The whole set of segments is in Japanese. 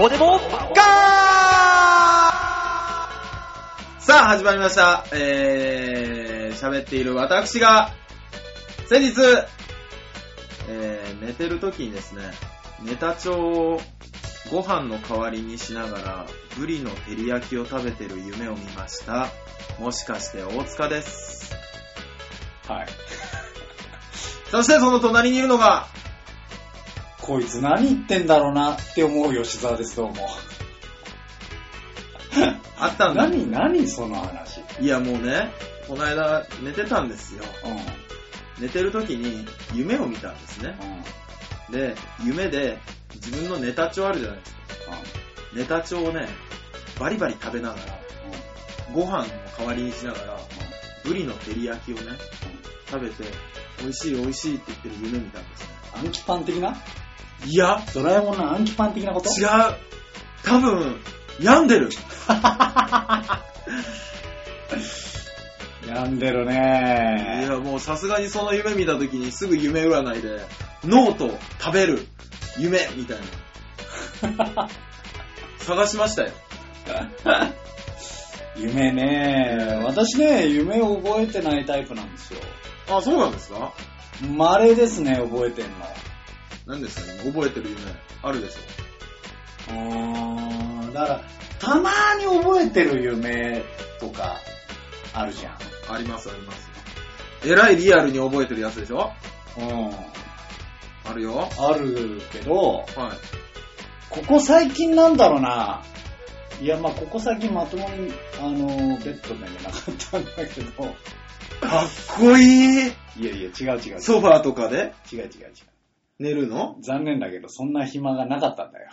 オデボガーさあ、始まりました。えー、喋っている私が、先日、えー、寝てる時にですね、ネタ帳をご飯の代わりにしながら、ブリの照り焼きを食べてる夢を見ました。もしかして大塚です。はい。そしてその隣にいるのが、こいつ何言ってんだろうなって思う吉沢です、どうも。あったんだ。何、何その話。いや、もうね、この間寝てたんですよ。うん。うん。寝てる時に夢を見たんですね。で、夢で自分のネタ帳あるじゃないですか。ネタ帳をね、バリバリ食べながら、ご飯の代わりにしながら、ブリの照り焼きをね、食べて、美味しい美味しいって言ってる夢見たんですね。暗記パン的ないや、ドラえもんの暗記パン的なこと違う。多分、病んでる。病んでるいねや、もうさすがにその夢見た時にすぐ夢占いで、ノート、食べる、夢、みたいな。探しましたよ。 夢ね私ね、夢を覚えてないタイプなんですよ。あ、そうなんですか稀ですね、覚えてんの。何ですかね覚えてる夢、あるでしょうーんだから、たまに覚えてる夢とか、あるじゃん。ありますあります。えらいリアルに覚えてるやつでしょうん。あるよ。あるけど、はい。ここ最近なんだろうな。いや、まあここ最近まともに、あの、ベッドで寝なかったんだけど。かっこいいいやいや、違う違う違う。ソファーとかで違う違う違う。寝るの残念だけど、そんな暇がなかったんだよ。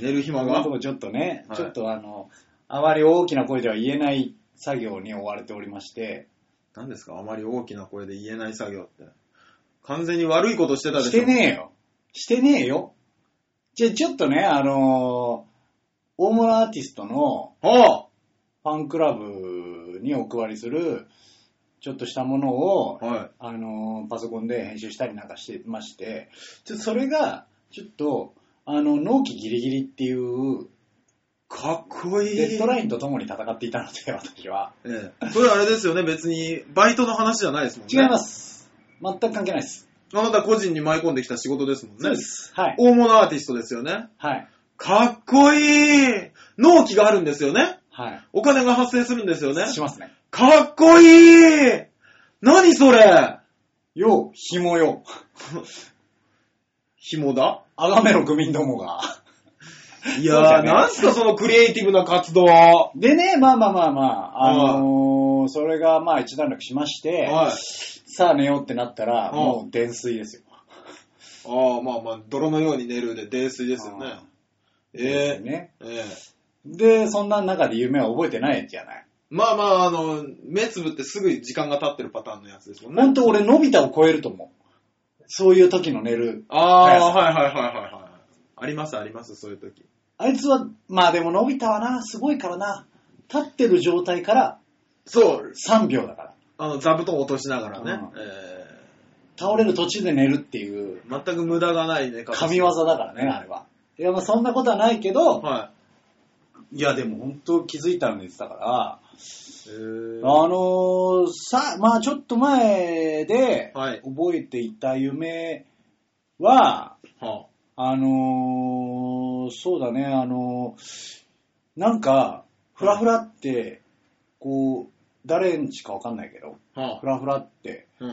寝る暇今のがとこちょっとね、はいちょっとあの、あまり大きな声では言えない作業に追われておりまして、何ですかあまり大きな声で言えない作業って。完全に悪いことしてたでししょてねえよ。してねえよ。じゃあちょっとね、あの大物アーティストの、はファンクラブにお配りする、ちょっとしたものを、あはい。あのー、パソコンで編集したりなんかしてまして、ちょっとそれが、ちょっと、あの、納期ギリギリっていう、かっこいい。デッドラインとともに戦っていたので、私は。ええ。それあれですよね、別に、バイトの話じゃないですもんね。。違いますす。全く関係ないです。あなた個人に舞い込んできた仕事ですもんね。そうで。す。はい。大物アーティストですよね。はい。かっこいい納期があるんですよね。はお金が発生するんですよねい。。しますね。かっこいい何それよう、紐よ。紐だあがめろ、愚民どもが。いそうやだー、ねなんすかそのクリエイティブな活動。はでね、まあまあまあまあ、あのー、それがまあ一段落しましい。て、あさあ寝ようってなったら、うんもう泥酔ですよ。あ、まあまあ、泥のように寝るで泥酔ですよね。ええね。ええで、そんな中で夢は覚えてないじゃない。まあまあ、あの、目つぶってすぐ時間が経ってるパターンのやつですもんほね。んと俺、のび太を超えると思う。そういう時の寝る。ああ、ははいはいはいはいはい。ありますあります、そういう時。あいつは、まあでものび太はな、すごいからな。立ってる状態からそう、 3秒だから。あの、座布団落としながらね。うえ倒れる途中で寝るっていうえ全く無駄がないね、神業だからね、あれは。いや、まあそんなことはないけど、はいや、でも本当気づいたの寝てたから、い。えーあのーさ、まあちょっと前で、はい覚えていた夢は、はあのーそうだね、あのーなんか、ふらふらって、こう、誰んちかわかんないけど、あ、はふらふらってあ、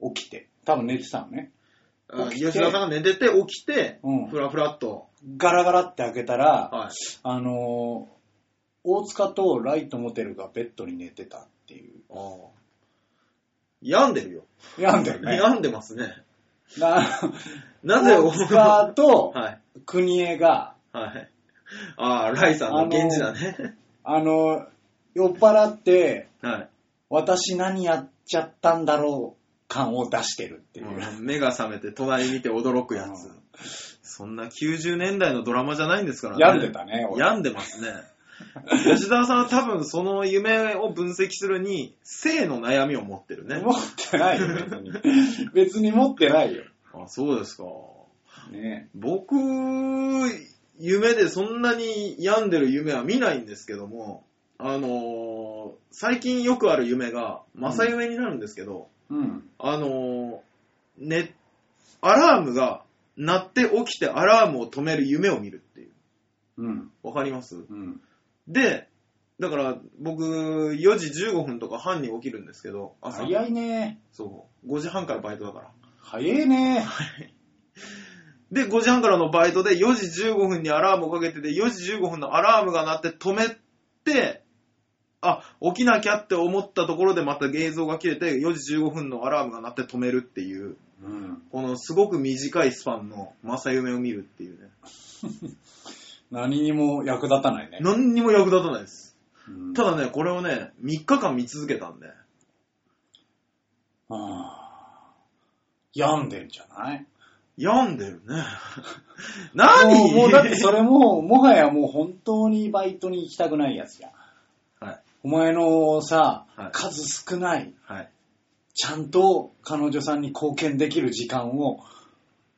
うん。起きて、多分寝てたのね。あ起きて吉田さんが寝てて起きて、うんふらふらっと。ガラガラって開けたら、はい。あのー大塚とライトモテルがベッドに寝てたっていう。病んでるよ。病んだよね。病んでますね。な、なぜ大塚と、はい。国枝が、はい。ああ、ライさんの源氏だね。あの、酔っ払って、はい。私何やっちゃったんだろう感を出してるっていう。うん目が覚めて隣見て驚くやつ。そんな90年代のドラマじゃないんですからね。病んでたね、俺。病んでますね。吉沢さんは多分その夢を分析するに、性の悩みを持ってるね。持ってないよ、別に。別に持ってないよ。あ、そうですか。ね僕、夢でそんなに病んでる夢は見ないんですけども、あのー最近よくある夢が、正夢になるんですけど、うん。あのーね、アラームが鳴って起きてアラームを止める夢を見るっていう。うん。わかりますうん。で、だから僕4時15分とか半に起きるんですけど、朝。早いね。そう。5時半からバイトだから。早いね。で、5時半からのバイトで4時15分にアラームをかけてて、4時15分のアラームが鳴って止めて、あ、起きなきゃって思ったところでまた映像が切れて、4時15分のアラームが鳴って止めるっていう、うん。このすごく短いスパンの正夢を見るっていうね。何にも役立たないね。何にも役立たないです。うんただね、これをね、3日間見続けたんで、ああ。病んでんじゃない病んでる ね。も何うもうだってそれも、 もはやもう本当にバイトに行きたくないやつじゃん。はい。お前のさ、はい数少ない、 はい。ちゃんと彼女さんに貢献できる時間を、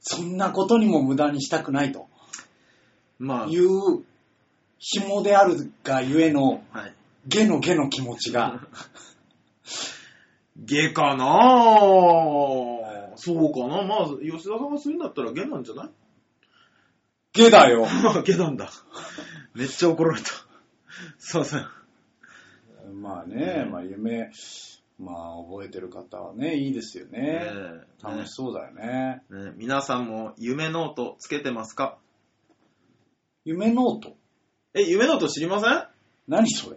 そんなことにも無駄にしたくないとまあい、う、紐であるがゆえの、はい。ゲのゲの気持ちが、下かなぁ。そうかな。まあ、吉田さんがするんだったら下なんじゃないゲだよ。下なんだ。めっちゃ怒られた。すいません。 まあね、まあ夢、まあ覚えてる方はね、いいですよね。楽しそうだよね。ねね皆さんも夢ノートつけてますか夢ノートえ、夢ノート知りません何それ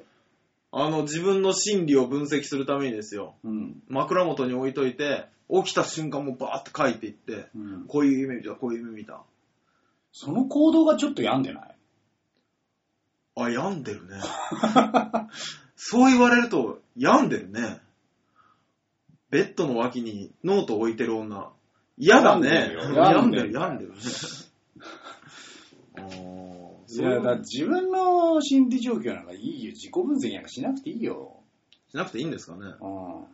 あの、自分の心理を分析するためにですよ。うん。枕元に置いといて、起きた瞬間もバーって書いていって、うん。こういう夢見た、こういう夢見た。その行動がちょっと病んでないあ、病んでるね。そう言われると、病んでるね。ベッドの脇にノート置いてる女。嫌だね。病病んんででる、るよ病んでるね。あーいそういや、だうからのし自分の心理状況なんかいいよ。自己分析なんかしなくていいよ。なくていいんですかね。うん。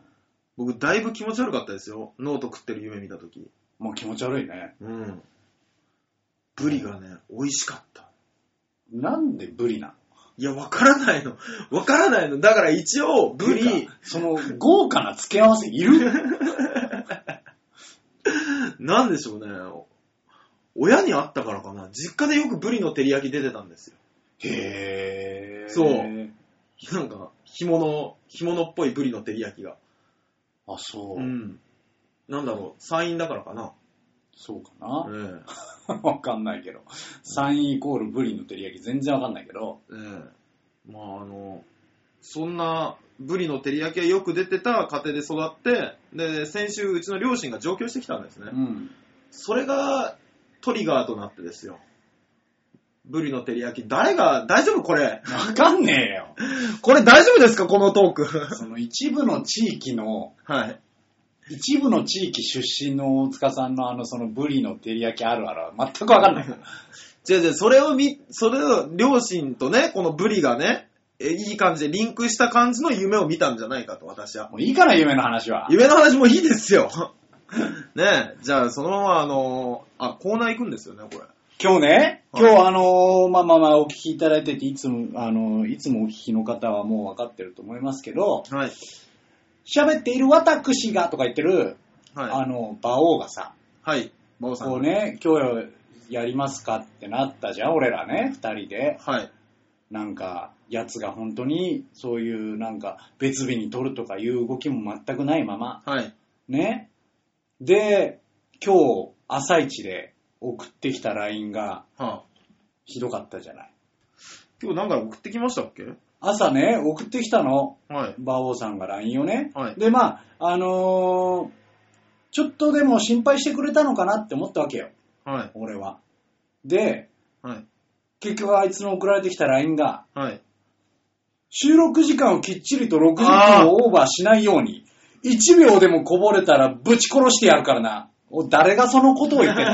僕、だいぶ気持ち悪かったですよ。ノート食ってる夢見たとき。もう気持ち悪いね。うん。ブリがね、美味しかった。なんでブリないや、わからないの。わからないの。だから一応、のブリ、、その豪華な付け合わせい るなんでしょうね。親に会ったからかな。実家でよくブリの照り焼き出てたんですよ。へー。そう。なんか、干物、干物っぽいブリの照り焼きが。あ、そう。うん。なんだろう、山陰だからかな。そうかな。 えわかんないけど。サインイコールブリの照り焼き全然わかんないけど。えええまあ、あの、そんなブリの照り焼きがよく出てた家庭で育って、で、先週うちの両親が上京してきたんですねう。ん。それがトリガーとなってですよ。ブリの照り焼き、誰が、大丈夫これ。わかんねえよ。これ大丈夫ですかこのトーク。その一部の地域の、 はい。一部の地域出身の大塚さんのあの、そのブリの照り焼きあるあるは全くわかんない。違う違う、それを見、それを両親とね、このブリがね、えいい感じでリンクした感じの夢を見たんじゃないかと、私は。もういいから夢の話は。夢の話もいいですよ。 ねえ、じゃあそのままあのあ、コーナー行くんですよね、これ。今日ね、はい今日あのーまあまあまあお聞きいただいてて、いつも、あのーいつもお聞きの方はもう分かってると思いますけど、はい。喋っている私がとか言ってる、はい。あの、馬王がさ、はい。馬尾さん。こうね、今日やりますかってなったじゃん、俺らね、二人で。はい。なんか、奴が本当に、そういうなんか、別日に取るとかいう動きも全くないまま、はい。ね。で、今日、朝一で送ってきた LINE がはあ、ひどかったじゃない。今日なんか送ってきましたっけ朝ね、送ってきたの、はい。馬王さんが LINE をね。はいで、まあ、あのーちょっとでも心配してくれたのかなって思ったわけよ、はい。俺は。で、はい。結局あいつの送られてきた LINE が、 はい。収録時間をきっちりと60あー分をオーバーしないように、1秒でもこぼれたらぶち殺してやるからな。お誰がそのことを言って んの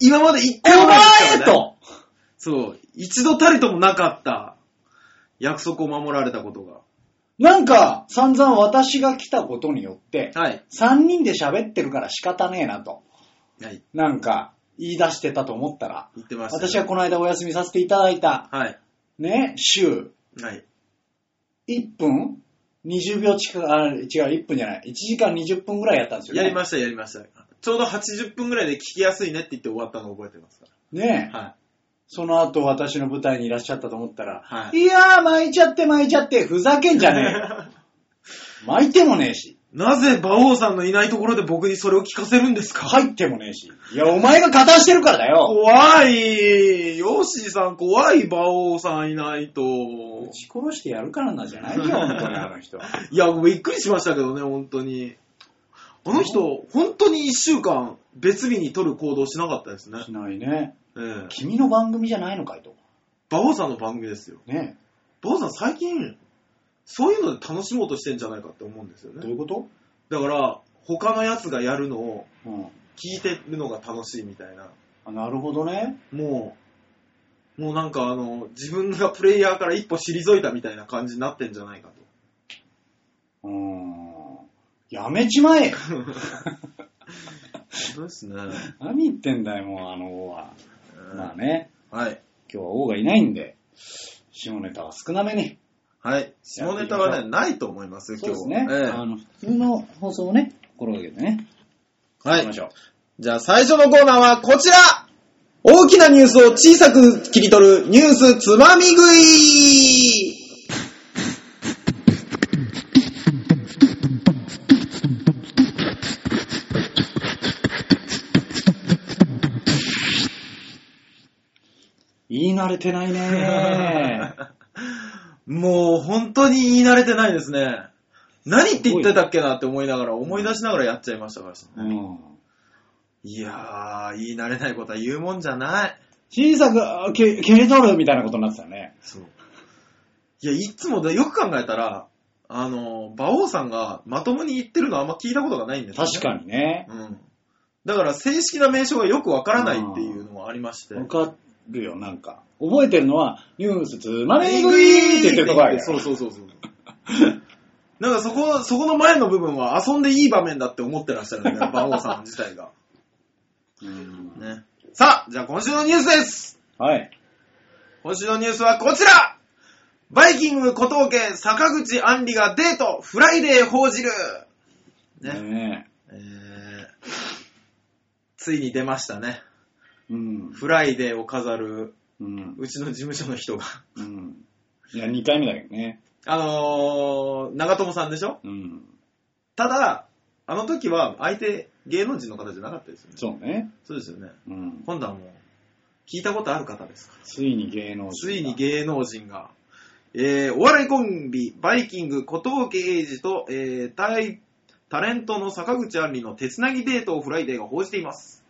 今まで一お回もないですから前ねとそう。一度たりともなかった。約束を守られたことが。なんか、散々私が来たことによって、はい。 3人で喋ってるから仕方ねえなと。はい。なんか、言い出してたと思ったら、言ってました、私がこの間お休みさせていただいた、はい。ね、週、はい。 1分 ?20 秒近く、あ、違う、1分じゃない。1時間20分ぐらいやったんですよ、ね。やりました、やりました。ちょうど80分ぐらいで聞きやすいねって言って終わったの覚えてますかねら。はい。その後私の舞台にいらっしゃったと思ったら、、はいやー、巻いちゃって巻いちゃって、ふざけんじゃねえ よ。巻いてもねえし、なぜ馬王さんのいないところで僕にそれを聞かせるんですか入ってもねえし。いや、お前が加担してるからだよ。怖いヨッシーさん怖い馬王さんいないと。撃ち殺してやるからなじゃないよ、本当にあの人。いや、びっくりしましたけどね、本当に。あの人、本当に一週間別日に取る行動しなかったですねし。ないね。ええ。君の番組じゃないのかいと。馬王さんの番組ですよ。ね馬王さん最近、そういうので楽しもうとしてんじゃないかって思うんですよえどうね。いうことだから、他のやつがやるのをうん。聞いてるのが楽しいみたいな。あなるほどね。もう、もうなんかあの、自分がプレイヤーから一歩退いたみたいな感じになってんじゃないかと。うーん。やめちまえそうですね。何言ってんだよ、もうあの王は。まあね、はい。今日は王がいないんで、下ネタは少なめに。はい。下ネタはね、ないと思いますよ、そう今で日すね。ええあの、普通の放送をね、心がけてね。は行きまい。しょう。じゃあ最初のコーナーはこちら大きなニュースを小さく切り取るニュースつまみ食い言い慣れてないねもう本当に言い慣れてないですね。何って言ってたっけなって思いながら、思い出しながらやっちゃいましたからうね。ん。いやー、言い慣れないことは言うもんじゃない。小さくあけ切り取るみたいなことになってたよね。そう。いや、いつもだよく考えたら、あの、馬王さんがまともに言ってるのあんま聞いたことがないんですよね確かにね。うん。だから正式な名称がよくわからないっていうのもありまして。わかるよ、なんか。覚えてるのは、ニュースつまみ食いって言ってるとこあるよ。そうそうそうそう。なんかそこ、そこの前の部分は遊んでいい場面だって思ってらっしゃるん だよ、馬王さん自体が。うんね。さあ、じゃあ今週のニュースですはい。今週のニュースはこちらバイキング小峠坂口杏里がデートフライデー報じるね、ねえー、ついに出ましたね。えうん。フライデーを飾るうん。うちの事務所の人が。うん。いや、2回目だけどね。あのー、長友さんでしょうん。ただ、あの時は相手芸能人の方じゃなかったですよね。そうね。そうですよね。うん。今度はもう、聞いたことある方ですから。ついに芸能人つが。いに芸能人が、えー、お笑いコンビ、バイキング、小峠英二と、えー、タイタレントの坂口杏里の手つなぎデートをフライデーが報じています。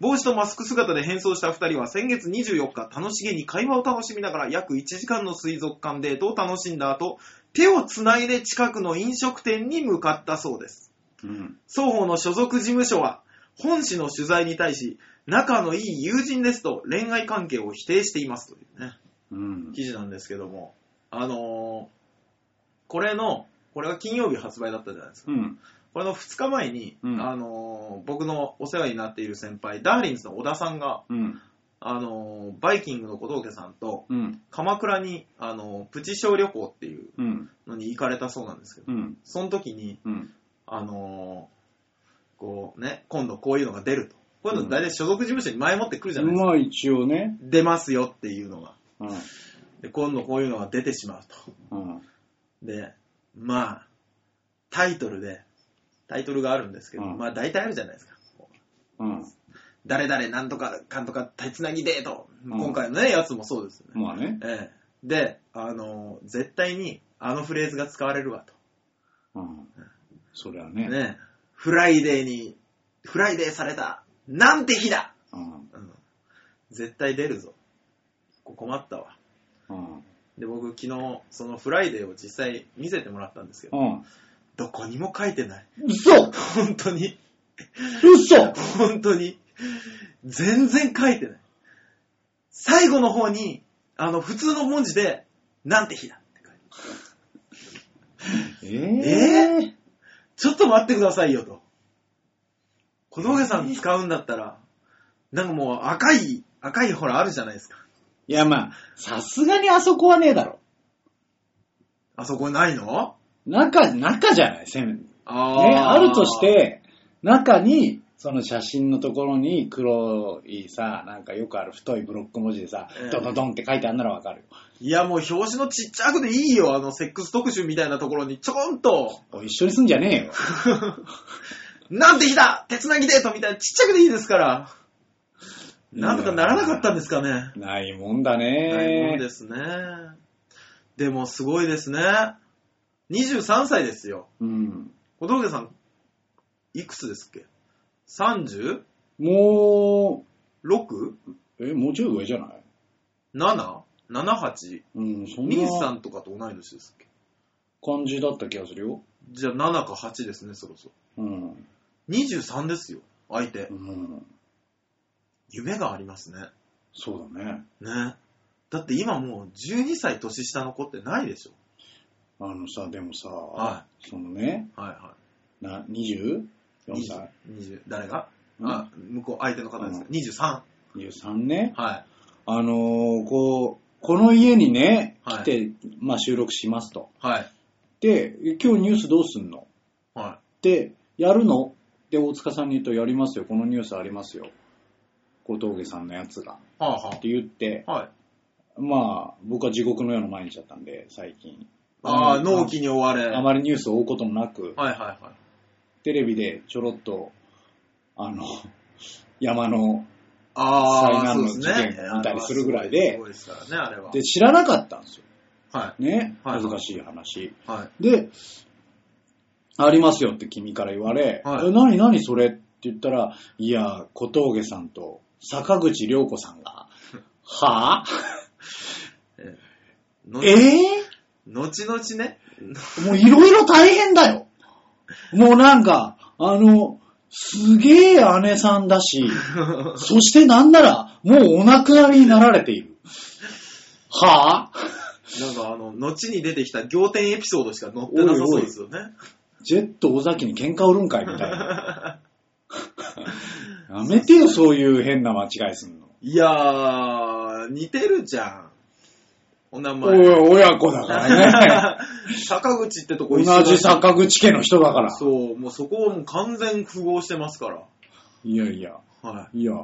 帽子とマスク姿で変装した2人は先月24日、楽しげに会話を楽しみながら約1時間の水族館デートを楽しんだ後、手をつないで近くの飲食店に向かったそうです。うん。双方の所属事務所は、本誌の取材に対し、仲のいい友人ですと恋愛関係を否定していますというね、うん。記事なんですけども、あのーこれの、これが金曜日発売だったじゃないですか。うん。これの2日前に、うんあのー僕のお世話になっている先輩、ダーリンズの小田さんが、うん。あのーバイキングの小峠さんと、うん。鎌倉に、あのープチ小旅行っていううん。のに行かれたそうなんですけど、うん。その時に、うん。あのーこうね、今度こういうのが出ると。こういうの大体所属事務所に前もってくるじゃないですか。まあ一応ね。出ますよっていうのが。うん。で、今度こういうのが出てしまうと。うん。で、まあ、タイトルで、タイトルがあるんですけど、うんまあ大体あるじゃないですか。うん。誰々なんとかかんとか手つなぎデート。うん今回のね、やつもそうですよね。まあね。ええ。で、あのー絶対にあのフレーズが使われるわと。うん。そりゃね。ねえ、フライデーに、フライデーされた、なんて日だうん。うん絶対出るぞ。ここ困ったわ。うん。で、僕昨日、そのフライデーを実際見せてもらったんですけど、うん。どこにも書いてない。嘘本当に、嘘 本当に、全然書いてない。最後の方に、あの、普通の文字で、なんて日だって書いてあるえええちょっと待ってくださいよと。小峠さん使うんだったら、なんかもう赤い、赤いほらあるじゃないですか。いや、まあ、さすがにあそこはねえだろ。あそこないの中、中じゃないせめね、あーあるとし、て、中に、その写真のところに黒いさ、なんかよくある太いブロック文字でさええ、ドドドンって書いてあんならわかるよ。いやもう表紙のちっちゃくでいいよ、あのセックス特集みたいなところにちょこんと、 おい一緒にすんじゃねえよ。なんて日だ手つなぎデートみたいなちっちゃくでいいですから。 なんとかならなかったんですかね。ないもんだないもんでね。すね。でもすごいですね。23歳ですよ。うん。小峠さん、いくつですっけ ?36?7? もう、え、もうちょい上じゃない 78? うん、そん兄さなんとかと同い年ですっけ感じだった気がするよ。じゃあ7か8ですね、そろそうん。ろ。23ですよ、相手う。ん。夢がありますね。そうだね。ね。だって今もう12歳年下の子ってないでしょ。あのさ、でもさ、はそのね、はいはな、24い。20歳20誰が、うんあ、向こう、相手の方ですか。23。 ?23 ね。はい。あのーこう、この家にね、はい来て、まあ収録しますと。はい。で、今日ニュースどうすんのはで、やるので、大塚さんに言うと、やりますよ、このニュースありますよ。小峠さんのやつが。い。はあ、はって言って、あ。はい。まあ、僕は地獄のような毎日だったんで、最近。ああ、うん納期に追われ。あはいまりニュースを追うこともなく、はいはい。テレビでちょろっと、あの、山の、ああ、災そうで難のす事ね。件見たりするぐらいであれはすごいですからね、あれは。で、知らなかったんですよ。はね。はい恥ずかしい話。い。はい。で、ありますよって君から言われ、はいえ何何それって言ったら、いや、小峠さんと坂口良子さ んが、はぁ、のえ後々ね。ぇ、もういろいろ大変だよ。もうなんか、あの、すげえ姉さん だし、そしてなんなら、もうお亡くなりになられている。はぁ、なんかあの、後に出てきた仰天エピソードしか載ってなさそうですよね。ジェット尾崎に喧嘩売るんかいみたいな。 やめてよ、そういう変な間違いすんの。いやー、似てるじゃん。お名お前。い、親子だからね。 坂口ってとこ同一緒だじ坂口家の人だから。そう、もうそこをもう完全符合してますから。いやいや、はいや、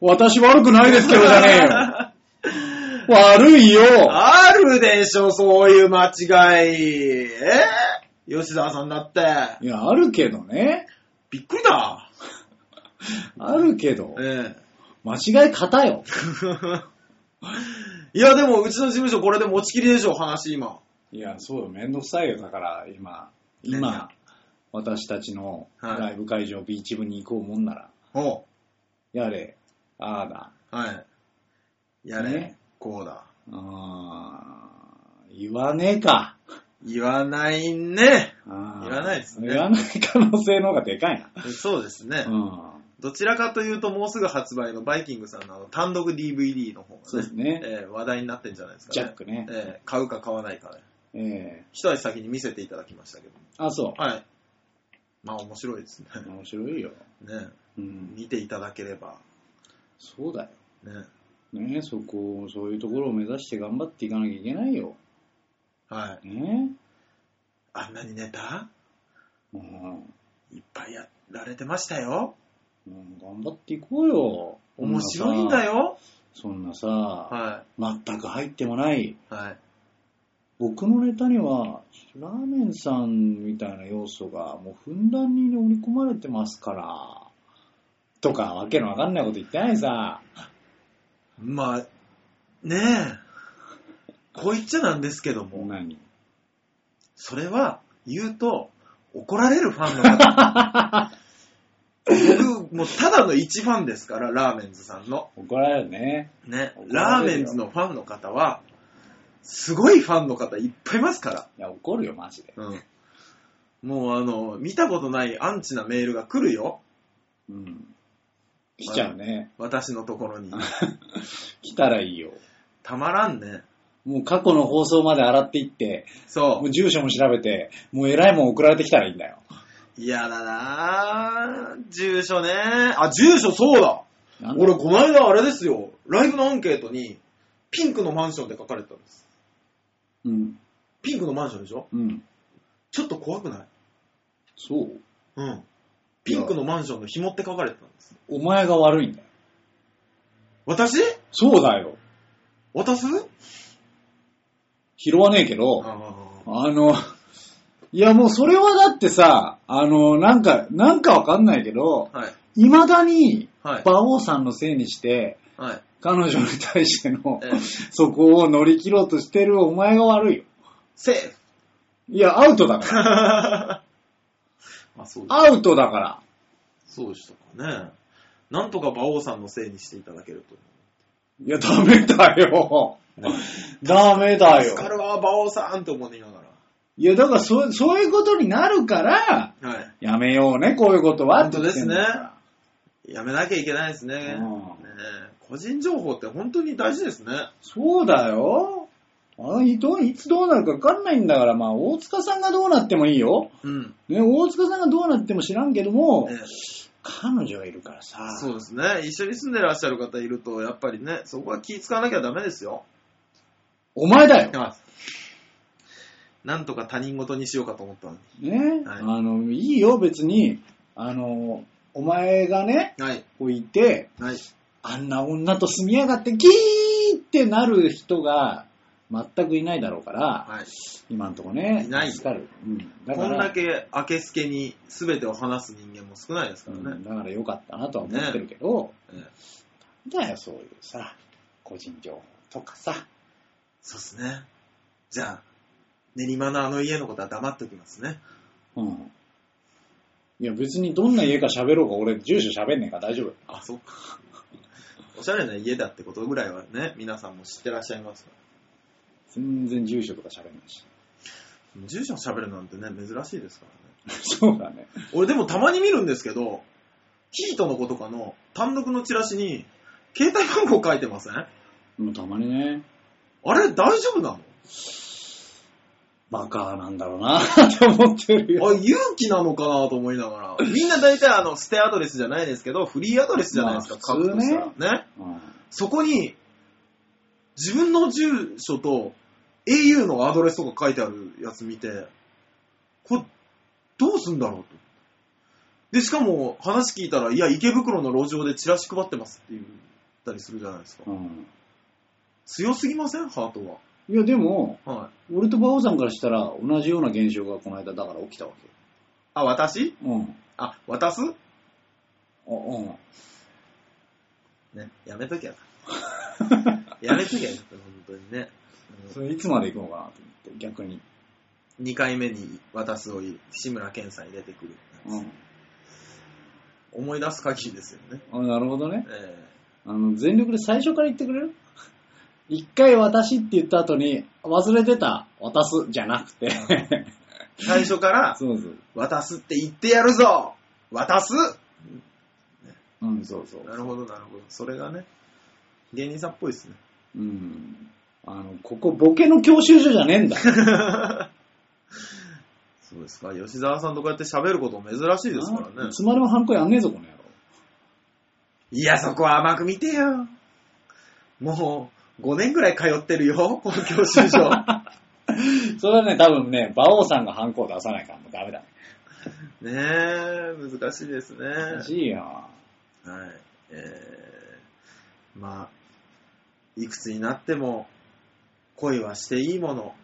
私悪くないですけどじ ゃねえよ。悪いよ。い。 あるでしょ、そういう間違い。えー、吉沢さんだって。いや、あるけどね。びっくりだ。あるけど。え 間違い方よ。えいや、でもうちの事務所これで持ちきりでしょ、話今。いや、そうよ、めんどくさいよ。だから、今、何が今、私たちのはいライブ会場、ビーチ部に行こうもんなら、おやれ、ああだ、はい。やれ、ねこうだ。あー言わねえか。言わないね。言わ言わないですね言わない可能性の方がでか いな。 そうですね。うん。どちらかというと、もうすぐ発売のバイキングさんのあの単独 DVD の方がねそうですねえー話題になってんじゃないですか、ね。ジャックね。えー買うか買わないかね。ええ一足先に見せていただきましたけど。あ、そはい。まあ面白いですね。う。面白いよ。ねうん。見ていただければ。そうだよ。ねねそこ、そういうところを目指して頑張っていかなきゃいけないよ。はい。ねあんなにネタうん。いっぱいやられてましたよ。うん、頑張っていこうよ。面白いんだよ。よ。そんなさ、は全く入ってもない。い。はい。僕のネタには、ラーメンさんみたいな要素が、もうふんだんに織り込まれてますから。とか、わけのわかんないこと言ってないさ。まあ、ねえ。こう言っちゃなんですけども。何それは言うと怒られるファンの方。僕、もうただの一ファンですから、ラーメンズさんの。怒られるね。ね怒。ラらーれメるよンズのファンの方は、すごいファンの方いっぱいいますかいや、怒るよ、マジで。ら。うん。もうあの、見たことないアンチなメールが来るよ。うん。来ちゃうね。私のところに。来たらいいよ。たまらんね。もう過去の放送まで洗っていって、そもう住所も調べて、もう偉いもん送られてきたらいいんだよ。う。嫌だなぁ。住所ね。あ、住所そうだなんだ俺、この間あれですよ、ライブのアンケートに、ピンクのマンションって書かれてたんです。うん。ピンクのマンションでしょうん。ちょっと怖くないそう。うん。ピンクのマンションの紐って書かれてたんです。お前が悪いんだよ。私そうだよ。渡す拾わねえけど、ああの、いやもうそれはだってさ、あの、なんか、なんかわかんないけど、あ。はい。未だに、はい。馬王さんのせいにして、はい。彼女に対しての、ええそこを乗り切ろうとしてるお前が悪いよ。セ ーフ。いや、アウトだから。あ、そうでアウトだから。そうでしたかね。なんとか馬王さんのせいにしていただけると。いや、ダメだよ。ねダメだ助かよ。るわ、馬王さんって思いながいや、だからそ、そういうことになるから、ら。はい。やめようね、こういうことは。本当ですねって言ってんだかやめなきゃいけないですね。うんねえ個人情報って本当に大事ですね。らそうだよ。あの人、いつどうなるか分かんないんだから、まあ、大塚さんがどうなってもいいよ。うん。ね、大塚さんがどうなっても知らんけどもえ、え彼女がいるからさ。そうですね。一緒に住んでらっしゃる方いると、やっぱりね、そこは気使わなきゃダメですよ。お前だよ。なんとか他人事にしようかと思ったのに。ね、はいあの、いいよ、別に。あの、お前がね、はい。こういて、はい。あんな女と住みやがってギーってなる人が全くいないだろうから、はい。今んとこね、いない助かる。うん、だこかんだら、け明けすけに全てを話す人間も少ないですうからね。ん、だから良かったなとは思ってるけど、ええだよ、そういうさ、個人情報とかさ、そうですね。じゃあ、練馬のあの家のことは黙っておきますね。うん。いや、別にどんな家か喋ろうか、俺、住所喋んねえから大丈夫。あ、そうか。 おしゃれな家だってことぐらいはね、皆さんも知ってらっしゃいますか全然住所とか喋んないし。 ら。住所喋るなんてね、珍しいですからそうだね。ね。俺でもたまに見るんですけど、キートの子とかの単独のチラシに、携帯番号書いてませんもうたまにね、あれ大丈夫なバカなんだろうな、って思ってるよ。のあ、勇気なのかなと思いな がら。みんな大体あの、捨てアドレスじゃないですけど、フリーアドレスじゃないですか、まあ普通書くとねしたらね。うんそこに、自分の住所と au のアドレスとか書いてあるやつ見て、これ、どうすんだろうと。で、しかも話聞いたら、いや、池袋の路上でチラシ配ってますって言ったりするじゃないですかう。ん強すぎませんハートいや、でも、は。はい。俺と馬王さんからしたら、同じような現象がこの間、だから起きたわけ。あ、私うん。あ、渡すあ、うん。ね、やめと きゃ。やめときゃ、本当にね。それいつまで行くのかなと思って、逆に。 2回目に渡すを志村けんさんに出てくる。うん。思い出す限りですよね。あ、なるほどね。ええあの、全力で最初から言ってくれる 一回私って言った後に、忘れてた、渡す、じゃなくて。最初から、そうそう。渡すって言ってやるぞ渡すうん、そうそなう。るほど、なるほど。それがね、芸人さんっぽいですね。うん。あの、ここ、ボケの教習所じゃねえんだ。そうですか。吉沢さんとかやって喋ることも珍しいですからねい。つまでもハンコやんねえぞ、この野郎。いや、そこは甘く見てよ。もう、5年ぐらい通ってるよ、この教習 所。それはね、多分ね、馬王さんがハンコを出さないからもうダメだ。ねえ、難しいですね。おかしいよ。はい。えー、まあ、いくつになっても、恋はしていいもの。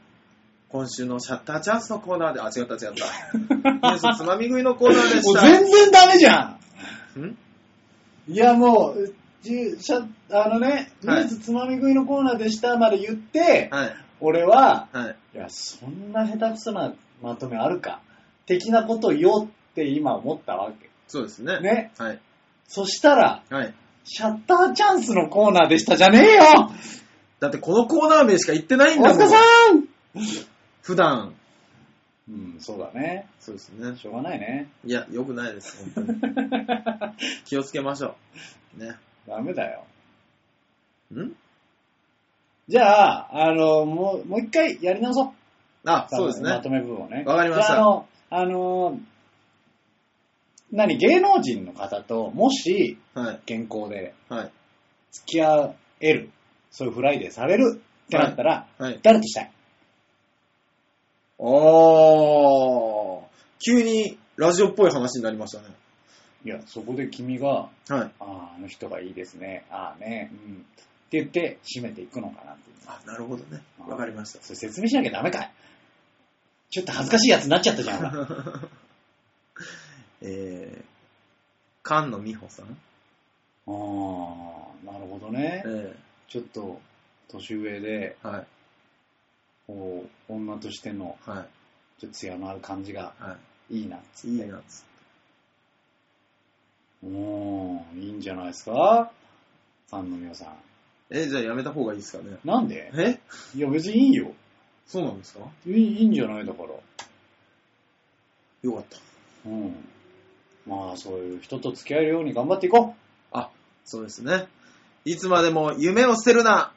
今週のシャッターチャンスのコーナーで、あ、違った違った。 ニュースつまみ食いのコーナーでもしうた。全然ダメじゃんんいやもう、じしゃあのね、ニはいュースつまみ食いのコーナーでしたまで言って、はい、俺は、はい。いや、そんな下手くそなまとめあるか、的なことを言おうって今思ったわけ。そうですね。ね。はい、そしたら、はい。シャッターチャンスのコーナーでしたじゃねえよだってこのコーナー名しか言ってないん大だも塚んさ。ん普段。うん、そうだね。そうですね。しょうがないね。 いや、良くないです。本当に気をつけましょう。ね。ダメだよ。んじゃあ、あの、もう、もう一回やり直そう。あ、そうですねま。とめ部分をね。わかりましたじゃあ、あの、あのー何、芸能人の方と、もし、はい。健康ではい。付き合える、そういうフライデーされるってなったら、はい。誰としたいおー。急にラジオっぽい話になりましたね。いや、そこで君が、はい。ああ、あの人がいいですね、ああね、うん、って言って、締めていくのかなっていう。あ、なるほどね。わかりました。それ説明しなきゃダメかい。ちょっと恥ずかしいやつになっちゃったじゃん、 ほら えー、菅野美穂さんああ、なるほどね。えちょっと、年上で、ー、はい。こう、女としての、はい。ちょっと艶のある感じがはいいなっつい。っいいて。な、つうん、いいんじゃないですかファンの皆さえー、じゃあやめた方がいいですかね。ん。なんでえいや、別にいいよ。そうなんですかいいいいんじゃないだから。よかった。うん。まあ、そういう人と付き合えるように頑張っていこそうですね。いつまでも夢を捨てるな。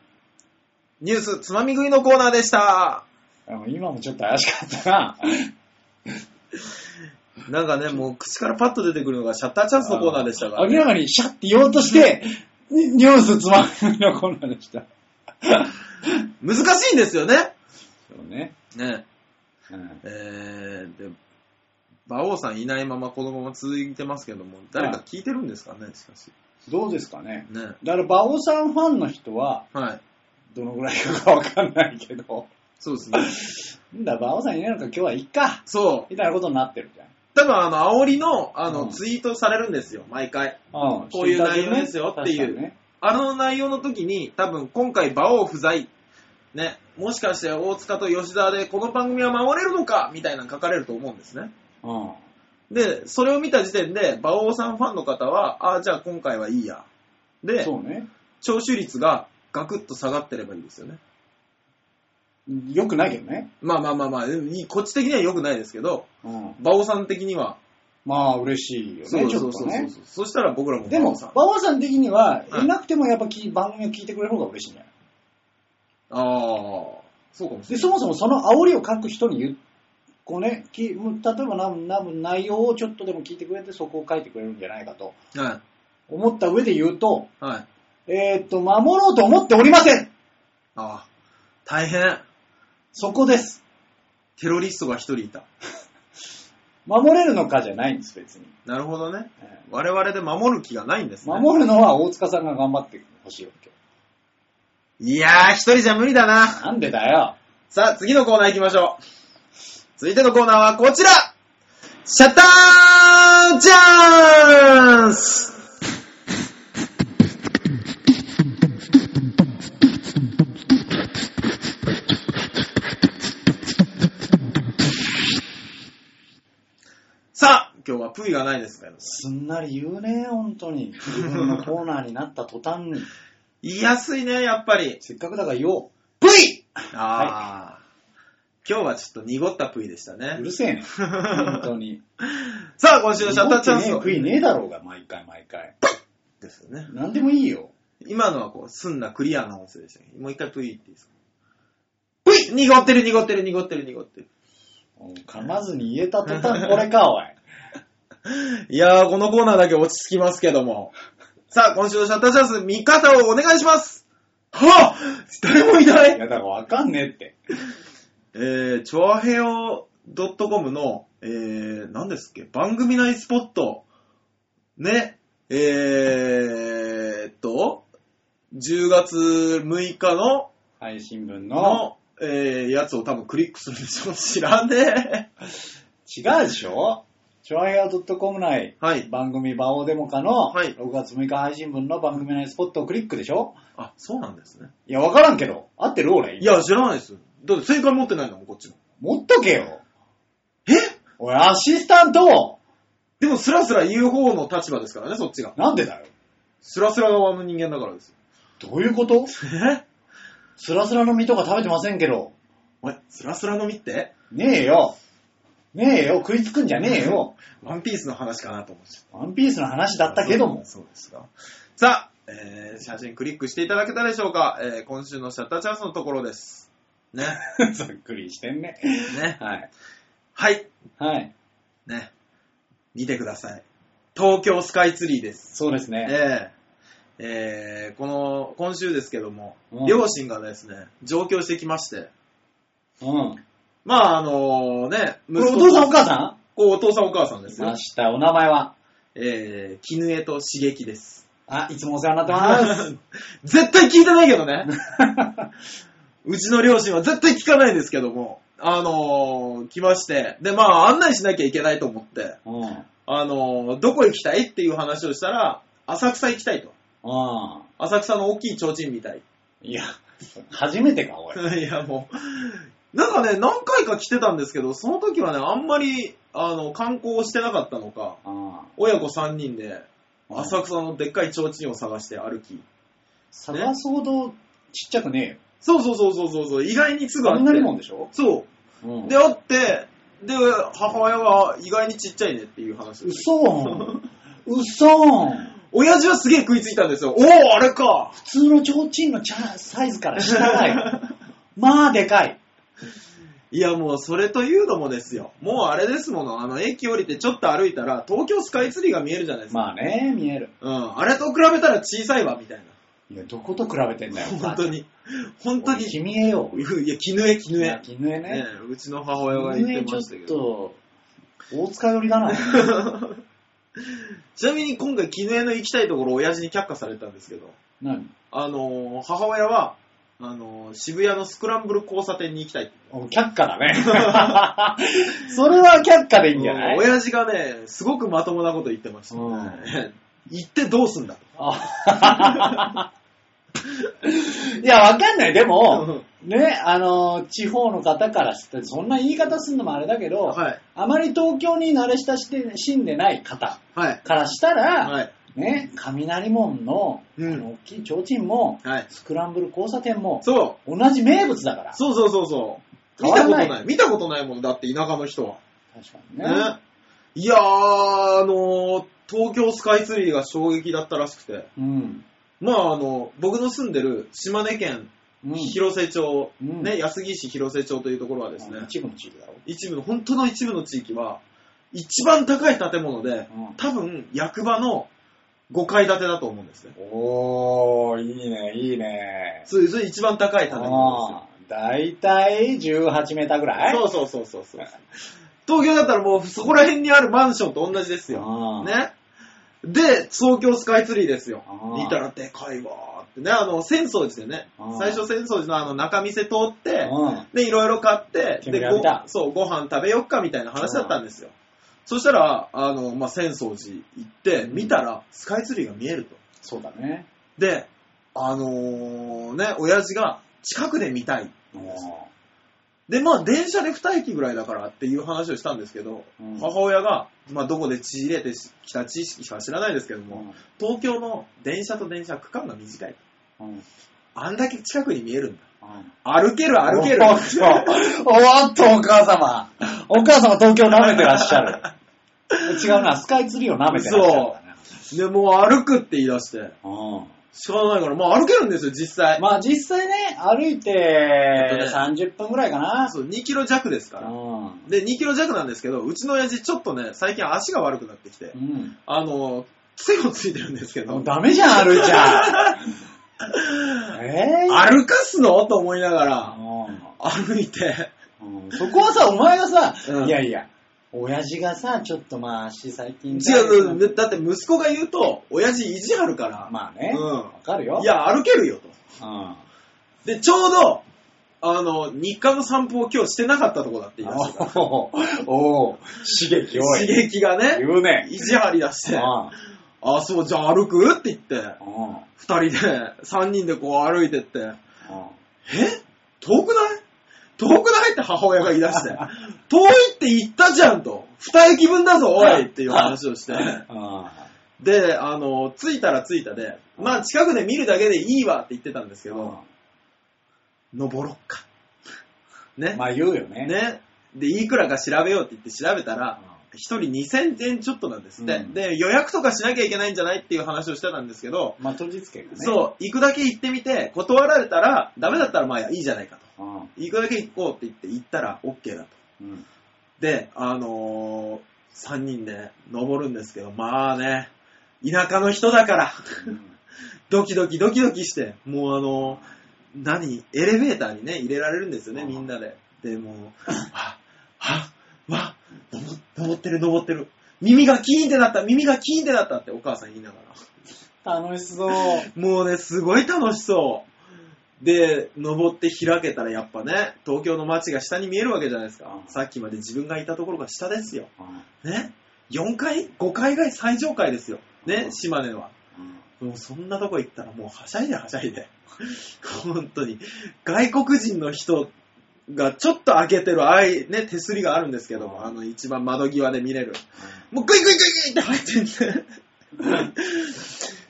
ニュースつまみ食いのコーナーでした。う。あの今もちょっと怪しかったな。なんかね、もう口からパッと出てくるのがシャッターチャンスのコーナーでしたから、明らかにシャッて言おうとして、ニュースつまみのコーナーでした。難しいんですよね。そうね。ねうん。えー、で、馬王さんいないままこのまま続いてますけども、誰か聞いてるんですかね、しかし。どうですかね。ねだから、馬王さんファンの人は、はい。どのぐらいかかわかんないけど。そうです ね。んだ、馬王さんいないのか今日はいっか。そう。みたいなことになってるじゃん。多分あの、煽りの、あの、うんツイートされるんですよ、毎回。うんこういう内容ですよっていう確かにね。あの内容の時に、多分今回馬王不在。ね。もしかして大塚と吉沢でこの番組は守れるのかみたいなの書かれると思うんですね。うん。で、それを見た時点で、馬王さんファンの方は、あじゃあ今回はいいや。で、そうね。聴取率がガクッと下がってればいいですよね。よくないけどね。まあまあまあまあ、うんいいこっち的には良くないですけど、うん。馬王さん的には。まあ、嬉しいよね。ちょっとね。そう。そしたら僕らもで馬も王さん、。馬王さん的には、はいいなくてもやっぱき番組を聞いてくれる方が嬉しいんじゃないああ、そうかもしれで、ない。そもそもその煽りを書く人に言う、こうね、きもう例えばなな内容をちょっとでも聞いてくれて、そこを書いてくれるんじゃないかとは思った上で言うと、い。はい。えーっと、守ろうと思っておりませんああ、大変。そこです。テロリストが一人いた。守れるのかじゃないんです、別に。なるほどね。え我々で守る気がないんですーね。守るのは大塚さんが頑張ってほしいわけ。いやー、一人じゃ無理だな。なんでだよさあ、次のコーナー行きましょう。続いてのコーナーはこちらシャッターチャンスさあ、今日はプイがないですけど。すんなり言うね、本当に。自分のコーナーになった途端に。 言いやすいね、やっぱり。せっかくだから言おう。プイああ、今日はちょっと濁ったプイでしたねう。るせえね。本当に。さあ、今週のシャッターチャンスを。食いねえだろうが、毎回毎回。ですよね。なんでもいいよ。今のはこう、すんなクリアな音声でしたね。もう一回プイっていいですかプイ濁ってる濁ってる濁ってる濁ってる。噛まずに言えた途端、これ か、おい。いやー、このコーナーだけ落ち着きますけども。さあ、今週のシャッターチャンス、見方をお願いしますはぁ誰もいないいや、だからわかんねえって。えー、チョアヘオ .com の、えー、何ですっけ、番組内スポット、ね、えーっと、10月6日の、配信分の。の、えー、やつを多分クリックするんでしょう。 知らねえ。違うでしょチョアヘア .com 内、はい。番組、バオデモカの、はい6月6日配信分の番組内スポットをクリックでしょあ、そうなんですね。いや、わからんけど。合ってる俺。い、や、知らないです。だって正解持ってないんだもん、こっちも。持っとけよ。えおい、アシスタントでもスラスラ言う方の立場ですからね、そっちが。なんでだよ。スラスラ側の人間だからですよ。どういうことえスラスラの実とか食べてませんけど。お前、スラスラの実ってねえよ。ねえよ。食いつくんじゃねえよ。ワンピースの話かなと思っちゃう。ワンピースの話だったけども。そうですか。さあ、えー、写真クリックしていただけたでしょうか。えー、今週のシャッターチャンスのところです。ね。 ざっくりしてんね。ね。はい。はい。はい。ね。見てください。東京スカイツリーです。そうですね。えええーこの、今週ですけども、うん両親がですね、上京してきまして、うん。まあ、あのね、これお父さんお母さんこうお父さんお母さんですよま。した。お名前はえー、絹江と刺激です。あ、いつもお世話になってます。 絶対聞いてないけどね。 うちの両親は絶対聞かないですけども、あのー来まして、で、まあ、案内しなきゃいけないと思って、 うん。うん。あのーどこ行きたいっていう話をしたら、浅草行きたいと。浅草の大きい提灯みたい。いや、初めてか、おい。 いや、もう、なんかね、何回か来てたんですけど、その時はね、あんまり、あの、観光をしてなかったのか、うん。親子3人で、うん浅草のでっかい提灯を探して歩き。探すほどちっちゃくねえよ。そうそうそうそうそうそう、意外にすぐあっそて。んなにもんでしょそう。うんで、会って、で、母親は意外にちっちゃいねっていう話をして嘘嘘親父はすげえ食いついたんですよ。おお、あれか普通の提灯のちゃサイズから下だ よ。まあ、でかい。いや、もうそれというのもですよ。もうあれですもの。あの、駅降りてちょっと歩いたら、東京スカイツリーが見えるじゃないですか。まあね、見える。うん。あれと比べたら小さいわ、みたいいや、どこと比べてんだな。よ。本当に。本当に。い君へよ。や、絹江、絹江。絹ね江ね。、うちの母親が絹言江ってちょまっしたけど。と、大塚寄 りだな。ちなみに今回、絹江の行きたいところ、親父に却下されたんですけど。何あのー母親は、あのー渋谷のスクランブル交差点に行きたいって。お却下 だね。それは却下でいいんじゃない親父がね、すごくまともなこと言ってました、ね。 行ってどうすんだあいや、わかんない。でも、と。ね、あの、地方の方からして、そんな言い方するのもあれだけど、はい。あまり東京に慣れ親しんでない方はい。からしたら、はい。ね、雷門の,、うんあの大きい提灯も、はい。スクランブル交差点も、そう。同じ名物だから。そうそうそうそう。見変たこわとんなないい。見たことないもんだって、田舎の人は。確かにね。ね。いやー、あのー東京スカイツリーが衝撃だったらしくて。うん。まあ、あの、僕の住んでる島根県うん。広瀬町、うんね、安来市広瀬町というところはですね、うん一部の地域だろ。一部の、本当の一部の地域は、一番高い建物で、多分役場の5階建てだと思うんですね。おー、いいね、いいね。そうそれ一番高い建物あーだいたい18メーターぐでらすいよ。そうそうそうそうそう。東京だったらもうそこら辺にあるマンションと同じですよ。あーね。で、東京スカイツリーですよあ。ー見たらでかいわーってね、あの、浅草寺でねあ、ー最初浅草寺のあの中店通って、うんで、いろいろ買って、で、煙浴びたごそう、ご飯食べよっかみたいな話だったんですよ。そしたら、あの、まあ、浅草寺行って、見たら、スカイツリーが見えると。そうだね。で、あのーね、親父が近くで見たい。うんで、まあ、電車で2駅ぐらいだからっていう話をしたんですけど、うん母親が、まあ、どこで縮れてきた知識しか知らないですけども、東京の電車と電車区間が短い。うんうんあんだけ近くに見えるんだ。歩ける歩ける。おっと、おっと、お母様。お母様、東京舐めてらっしゃ る。違うな、スカイツリーを舐めてらっしゃるからね。 で、もう歩くって言い出して、う仕方ないから、まあ歩けるんですよ、実際。ん。まあ実際ね、歩いて30分ぐらいかな。そう、2キロ弱ですから。うで、2キロ弱なんですけど、うちの親父ちょっとね、最近足が悪くなってきて、ん。あの、癖をついてるんですけうん。ど、ダメ じゃん、歩いちゃ。えぇ、歩かすのと思いながら、うん歩いて、うんそこはさ、お前がさ、うんいやいや、親父がさ、ちょっとまあ足最近痛い違う、だって息子が言うと、親父意地張るから、まあね、うんわかるよ。い、や、歩けるよと。うん。で、ちょうど、あの、日課の散歩を今日してなかったとこだって言い出してた。おーおー刺激多い。刺激がね、言うね。意地張り出して、ああ、そう、じゃあ歩くって言って、あうん二人で、三人でこう歩いてって、うんえ遠くない遠くないって母親が言い出 して、遠いって言ったじゃんと、二駅分だぞ、おいっていう話を して、あで、あの、着いたら着いたで、まあ近くで見るだけでいいわって言ってたんですけど、登ろっか。ね。まあ言うよね。ね。で、いくらか調べようって言って調べたら、一人2000円ちょっとなんですって、うんで、予約とかしなきゃいけないんじゃないっていう話をしてたんですけど、まあ取り付けがね。そう、行くだけ行ってみて、断られたら、ダメだったらまあいいじゃないかと。うん。行くだけ行こうって言って行ったら OK だと。うん。で、あのー3人で登るんですけど、まあね、田舎の人だから、ドキドキドキドキして、もうあの、何、エレベーターにね、入れられるんですよね、みんなで。で、もう、は、は、わ、登登ってる登ってる。耳がキーンってなった、耳がキーンってなったってお母さん言いながら。楽し そう。もうね、すごい楽しそう。で、登って開けたらやっぱね、東京の街が下に見えるわけじゃないですかう。んさっきまで自分がいたところが下ですよ。ね。4階 ?5 階が最上階ですよ。うね、ん島根は。もうそんなとこ行ったらもうはしゃいではしゃいで。本当に。外国人の人がちょっと開けてる、ああいうね、手すりがあるんですけどうも、んあの一番窓際で見れる。もうグイグイグイグイって入ってん で、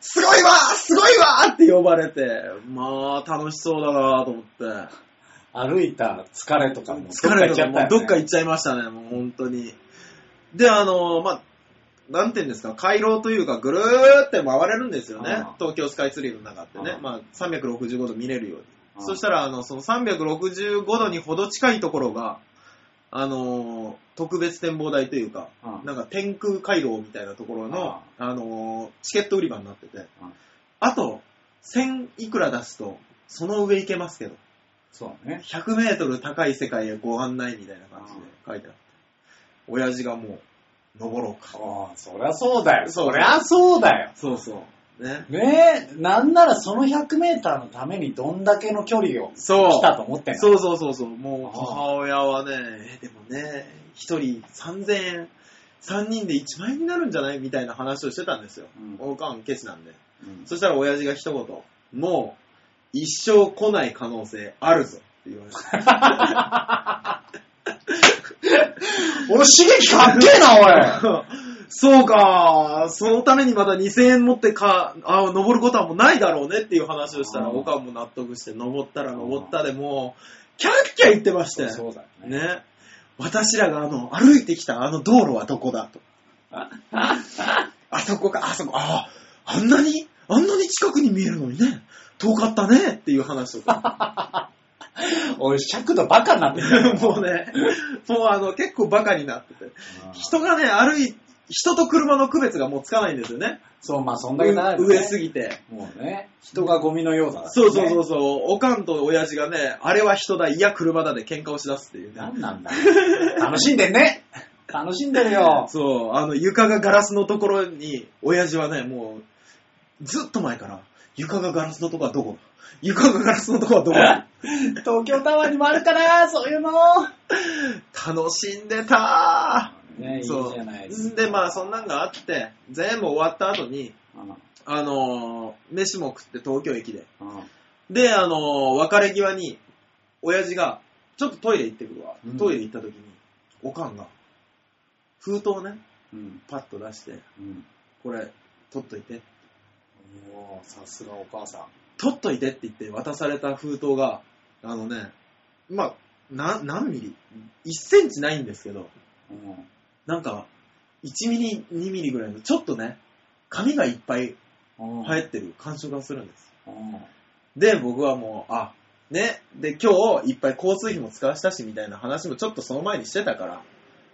すごいわーすごいわーって呼ばれて、まあ楽しそうだなーと思って、歩いた疲れとかも疲れちたかゃっもたうよねどっか行っちゃいましたね、もう本当に。で、あのまあ、なんていうんですか、回廊というかぐるーって回れるんですよねうん、東京スカイツリーの中ってねう、んまあ365度見れるように。うんそしたら、あの、その365度にほど近いところが、あの特別展望台というか、うんなんか天空回廊みたいなところの、あのーチケット売り場になってて、あと、1000いくら出すと、その上行けますけど、そうね。 100メートル高い世界へご案内みたいな感じで書いてあって、親父がもう、登ろうか。ああ、そりゃそうだよ。そうそりゃそうだよ。そうそう。ね。ねえ、なんならその100メーターのためにどんだけの距離をそう来たと思ってんの。そうそうそうそう。もうああ母親はね、えでもね、一人3000円、3人で1万円になるんじゃないみたいな話をしてたんですよ。うんおかんケチなんで。うんそしたら親父が一言、もう一生来ない可能性あるぞって言われた。俺刺激かっけえな、そうか、そのためにまた2000円持ってか、あ登ることはもうないだろうねっていう話をしたら、うんおかんも納得して、登ったら登ったでもう、キャッキャ言ってましおてい。。そうだよね。ね。私らがあの、歩いてきたあの道路はどこだ と。あそこか、あそこ、ああ、あんなに、あんなに近くに見えるのにね、遠かったねっていう話と か。俺尺度バカになって る。もうね、もうあの、結構バカになってて。うん人がね、歩い、人と車の区別がもうつかないんですよね。そう、まあそんだけ長い、ね。上すぎて。もうね、人がゴミのようだ、ね。そうそうそうそう、おかんと親父がね、あれは人だ、いや車だで喧嘩をしだすっていうね。何なんだ楽しんでんね楽しんでる よ。そう、あの床がガラスのところに、親父はね、もう、ずっと前から、床がガラスのとこはどこ床がガラスのとこはどこ東京タワーにもあるかな、そういうの。楽しんでたね、いいじそうゃないですか。で、まあそんなんがあって、全部終わった後に、うん、あのー飯も食って東京駅で。うんで、あのー別れ際に、親父が、ちょっとトイレ行ってくるわ。うんトイレ行った時に、おかんが、封筒をね、うん。パッと出して、うん。これ、取っといて。おーさすがお母さん。取っといてって言って渡された封筒が、あのね、まあ、な、何ミリ ?1 センチないんですけど、うん。なんか、1ミリ、2ミリぐらいの、ちょっとね、紙がいっぱいうん入ってる感触がするんです。うんで、僕はもう、あ、ね、で、今日いっぱい交通費も使わしたし、みたいな話もちょっとその前にしてたから、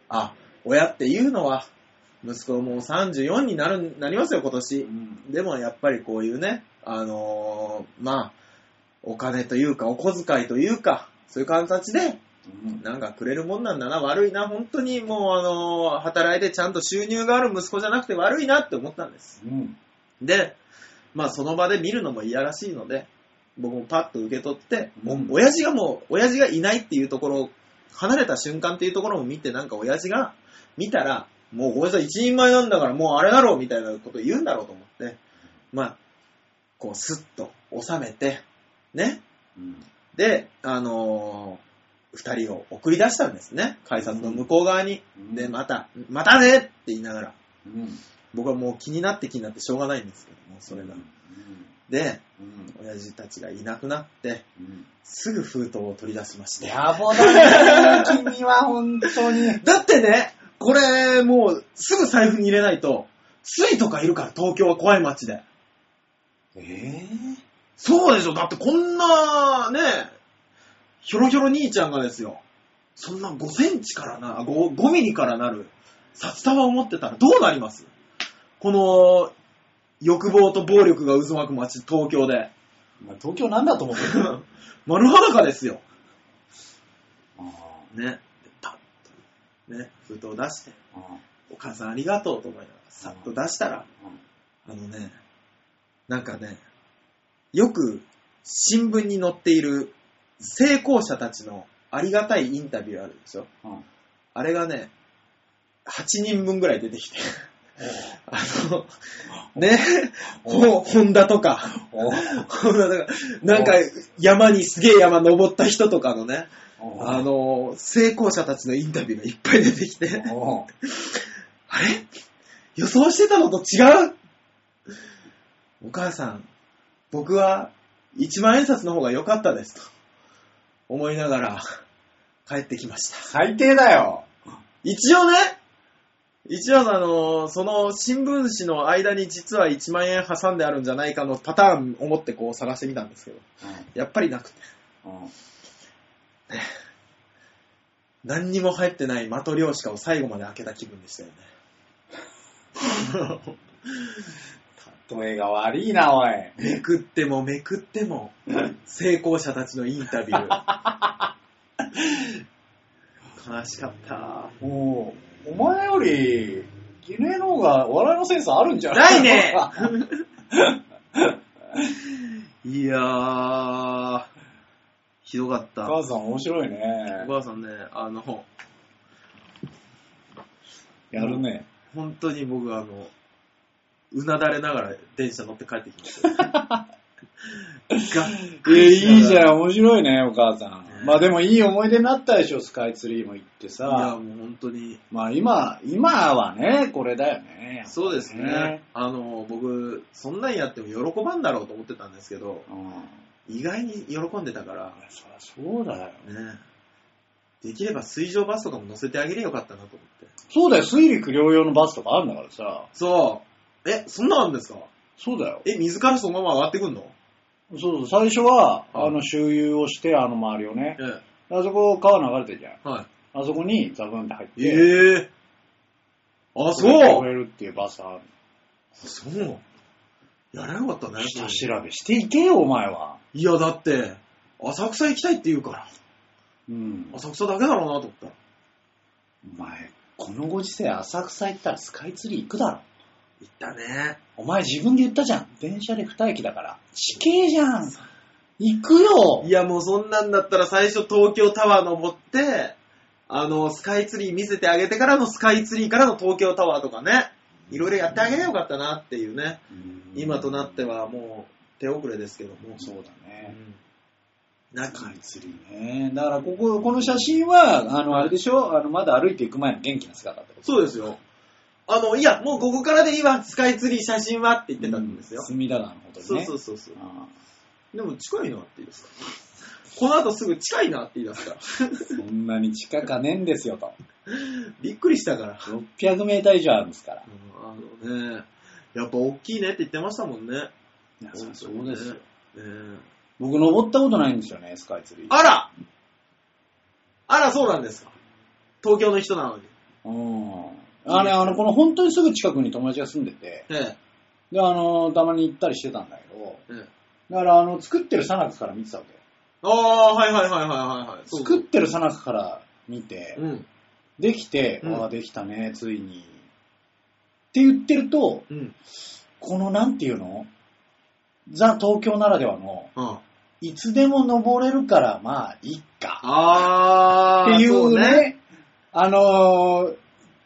あ、親っていうのは、息子もう34になる、なりますよ、今年。うん。でもやっぱりこういうね、あのーまあ、お金というか、お小遣いというか、そういう形で、うん。なんかくれるもんなんだな、悪いな、本当にもう、あのー働いてちゃんと収入がある息子じゃなくて悪いなって思ったんです。うん。で、まあ、その場で見るのも嫌らしいので、僕もパッと受け取って、もううん親父がもう、親父がいないっていうところを、離れた瞬間っていうところも見て、なんか親父が見たら、もうこいつは一人前なんだからもうあれだろうみたいなこと言うんだろうと思って、まあ、こうスッと収めて、ね。うん。で、あのー二人を送り出したんですね。改札の向こう側に。うんで、また、またねって言いながら、うん。僕はもう気になって気になってしょうがないんですけども、それがうん。。で、うん。親父たちがいなくなって、うん。すぐ封筒を取り出しまして。野暮だね、君は本当に。だってね、これ、もう、すぐ財布に入れないと、ついとかいるから、東京は怖い街で。ええそうでしょ。だってこんな、ね、ひょろひょろ兄ちゃんがですよ。そんな5センチからな、5, 5ミリからなる札束を持ってたらどうなりますこの、欲望と暴力が渦巻く街、東京で。 お前東京なんだと思ってる丸裸ですよ。あーね。でパッと、ね、封筒出して、あーお母さんありがとうと思いながら、さっと出したら、あのね、なんかね、よく新聞に載っている成功者たちのありがたいインタビューあるでしょうんうんあれがね、8人分ぐらい出てきて、あの、ね、ほ、ホンダとか、おホンダとか、なんか山にすげえ山登った人とかのね、おあの、成功者たちのインタビューがいっぱい出てきて、お あれ予想してたのと違うお母さん、僕は一万円札の方が良かったですと思いながら帰ってきました。最低だよ。一応ね、一応あの、その新聞紙の間に実は1万円挟んであるんじゃないかのパターンを持ってこう探してみたんですけど、やっぱりなくて。何にも入ってない的漁師かを最後まで開けた気分でしたよ ね。例えが悪いな、おい。めくってもめくっても、成功者たちのインタビュー。悲しかった。おお前より、ギネの方が笑いのセンスあるんじゃないねあいやー、ひどかっ おた。母さん面白いね。おばあさんね、あの、やるね。本当に僕あの、うなだれながら電車乗って帰ってきました。 がっえくりしながらいいじゃん、面白いね、お母さねん。まあでもいい思い出になったでしょ、スカイツリーも行っていや、さ。もう本当に。まあ今、今はね、これだよね。そうですね。あの、僕、そんなんやっても喜ばんだろうと思ってたんですけど、うん。意外に喜んでたから、そりゃそうだよ。ねできれば水上バスとかも乗せてあげりゃよかったなと思って。そうだよ、水陸両用のバスとかあるんだからさ。そう。え、そんなのあるんですかそうだよ。え、水からそのまま上がってくんのそうそう、最初は、うんあの、周遊をして、あの周りをね。えあそこ、川流れてるじゃん。え。はあそこにザブンって入って。い。ええあ、やってそうくれるっていうバスある。そう。やれなかったね。下調べしていけよ、お前は。いや、だって、浅草行きたいって言うから、うん。浅草だけだろうなと思った。お前、このご時世浅草行ったらスカイツリー行くだろ。行ったね。お前自分で言ったじゃん。電車で二駅だから。地形じゃん。行くよい。や、もうそんなんだったら最初東京タワー登って、あの、スカイツリー見せてあげてからのスカイツリーからの東京タワーとかね、いろいろやってあげればよかったなっていうね。今となってはもう手遅れですけども。そうだうね。ん。なんスカかイ、ツリーね。だから、ここ、この写真は、あの、あれでしょあの、まだ歩いていく前の元気な姿ってことそうですよ。あの、いや、もうここからでいいわ、スカイツリー写真はって言ってたんですよ。隅田川のことそうね。そうそうそう。あでも近いなって言いますから。この後すぐ近いなって言い出すから。あそんなに近かねんですよと。びっくりしたから。 600メーター以上あるんですから。あのね、やっぱ大きいねって言ってましたもんね。いやそうですよそうですよ。ねえ僕登ったことないんですよね、スカイツリー。あらあら、そうなんですか。東京の人なのに。うん。あれ、あの、この本当にすぐ近くに友達が住んでて、えで、あの、たまに行ったりしてたんだけど、え。ええだから、あの、作ってるさなかから見てたわけ。ああ、はいはいはいはいはいはい。そう作ってるさなかから見て、うん。できて、うんああ、できたね、ついに。って言ってると、うん。この、なんていうのザ・東京ならではの、あいつでも登れるから、まあ、いっか。あっー。ていそうね、。あのー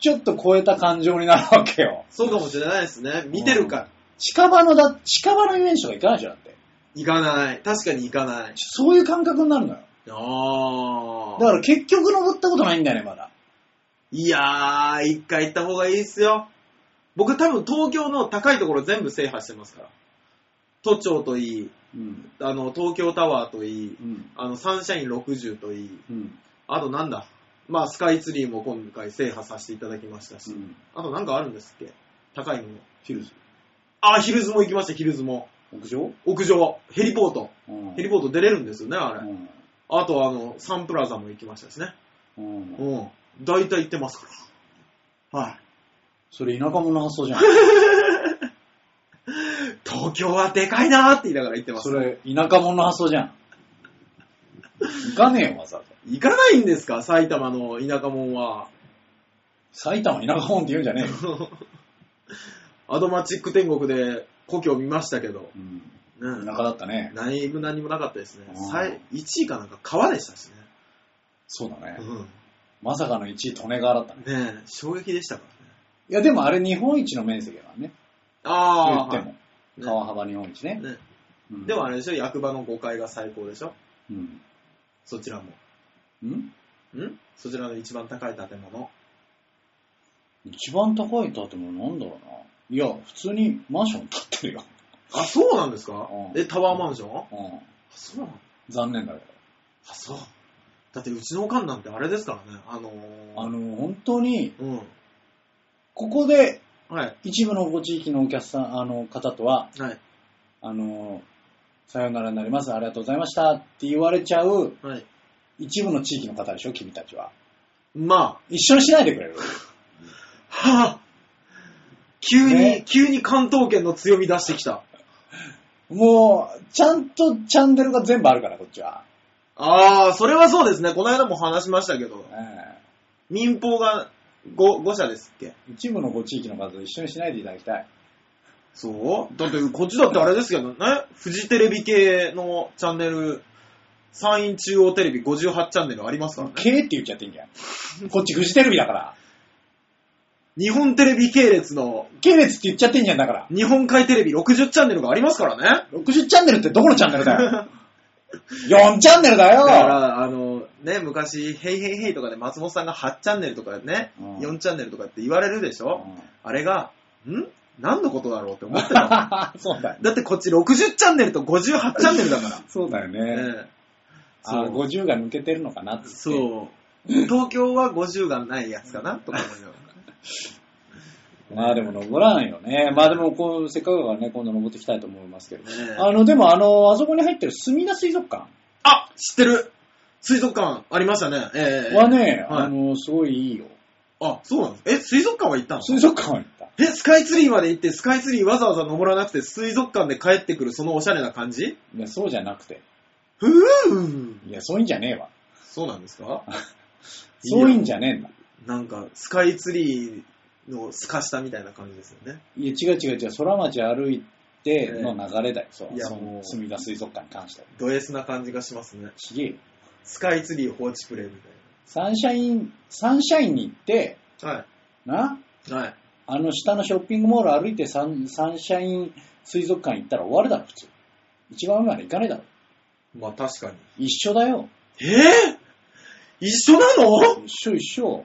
ちょっと超えた感情になるわけよ。そうかもしれないですね。見てるから。近場のだ、近場の遊園地とか行かないでしょ、だって。行かない。確かに行かない。そういう感覚になるのよ。あだあ。から結局登ったことないんだよね、まだ。いやー、一回行った方がいいっすよ。僕多分東京の高いところ全部制覇してますから。都庁といい、うん。あの、東京タワーといい、うん。あの、サンシャイン60といい、うん。あとなんだ、まあ、スカイツリーも今回制覇させていただきましたし、あとなんかあるんですっけ高いもの。ヒルズ。あ、ヒルズも行きました、ヒルズも。屋上屋上、ヘリポート。うんヘリポート出れるんですよね、あれ。うん。あと、あの、サンプラザも行きましたしね。うん。うん。大体行ってますから。はい。それ田舎者の発想じゃん。東京はでかいなーって言いながら言ってますそ。れ、田舎者の発想じゃん。行かねえよ、わざわざ。行かないんですか埼玉の田舎者 は。埼玉田舎者って言うんじゃねえよ。アドマチック天国で故郷見ましたけど。うん。うん田舎だったね。何も何もなかったですねうん。 1位かなんか川でしたしね。そうだね。うん。まさかの1位、利根川だったね。ねえ、衝撃でしたからね。いや、でもあれ日本一の面積だからね。言あっても。川幅日本一ね。ねうんでもあれでしょ役場の5階が最高でしょうん。そちらも。うんんそちらの一番高い建物。一番高い建物なんだろうな。いや、普通にマンション建ってるよ。あ、そうなんですかうんえ、タワーマンションあ、うん。そうなの残念だけど。あ、そう。だってうちのおかんなんてあれですからね。あのー、あの、本当に、うん。ここではい。一部のご地域のお客さん、あの方とは、はい。あの、さようならになります、ありがとうございましたって言われちゃうはい。一部の地域の方でしょ、君たちは。ま一緒にしないで くれる。あ、はぁ、急に、ね急に関東圏の強み出してきた。もう、ちゃんとチャンネルが全部あるから、こっちは。ああ、それはそうですね。この間も話しましたけど、え民放が 5, 5社ですっけえ一部のご地域の方と一緒にしないでいただきたい。そうだって、こっちだってあれですけどね、フジテレビ系のチャンネル、山陰中央テレビ58チャンネルありますからね。 K って言っちゃっていいんじゃん。こっちフジテレビだから。日本テレビ系列の K 列って言っちゃっていいんじゃんだから。日本海テレビ60チャンネルがありますからね。 60チャンネルってどこのチャンネルだ よ。4チャンネルだだかよ。ら、あの、ね、昔、ヘイヘイヘイとかで松本さんが8チャンネルとかね、うん4チャンネルとかって言われるでしょ、あれが、ん何の ことだろうって思ってた。うん そうだよ。だってこっち60チャンネルと58チャンネルだから。そうだよね。ええあー50が抜けてるのかなって。そう。東京は50がないやつかなとか思いながまあでも登らんよね。まあでもこう、せっかくだからね、今度登ってきたいと思いますけど。らねええ。あの、でもあの、あそこに入ってる墨田水族館あ知ってる水族館ありましたね。ええはね、はいあの、すごいいいよ。あ、そうなんです。え、水族館は行ったの水族館は行った。え、スカイツリーまで行って、スカイツリーわざわざ登らなくて、水族館で帰ってくるそのおしゃれな感じいや、そうじゃなくて。ふぅいや、そういうんじゃねえわ。そうなんですかいやそういうんじゃねえんだ。なんか、スカイツリーの透かしたみたいな感じですよね。いや、違う違う違う。空町歩いての流れだよ。そう。いやそのもう墨田水族館に関しては。ド S な感じがしますね。ちげえよ。スカイツリー放置プレイみサンシャイン、サンシャインに行って、たいな。はい。な、はい。あの下のショッピングモール歩いてサンサンシャイン水族館行ったら終わるだろ、普通。一番上まで行かねえだろ。まあ確かに。一緒だよ。ええ一緒なの一緒一緒。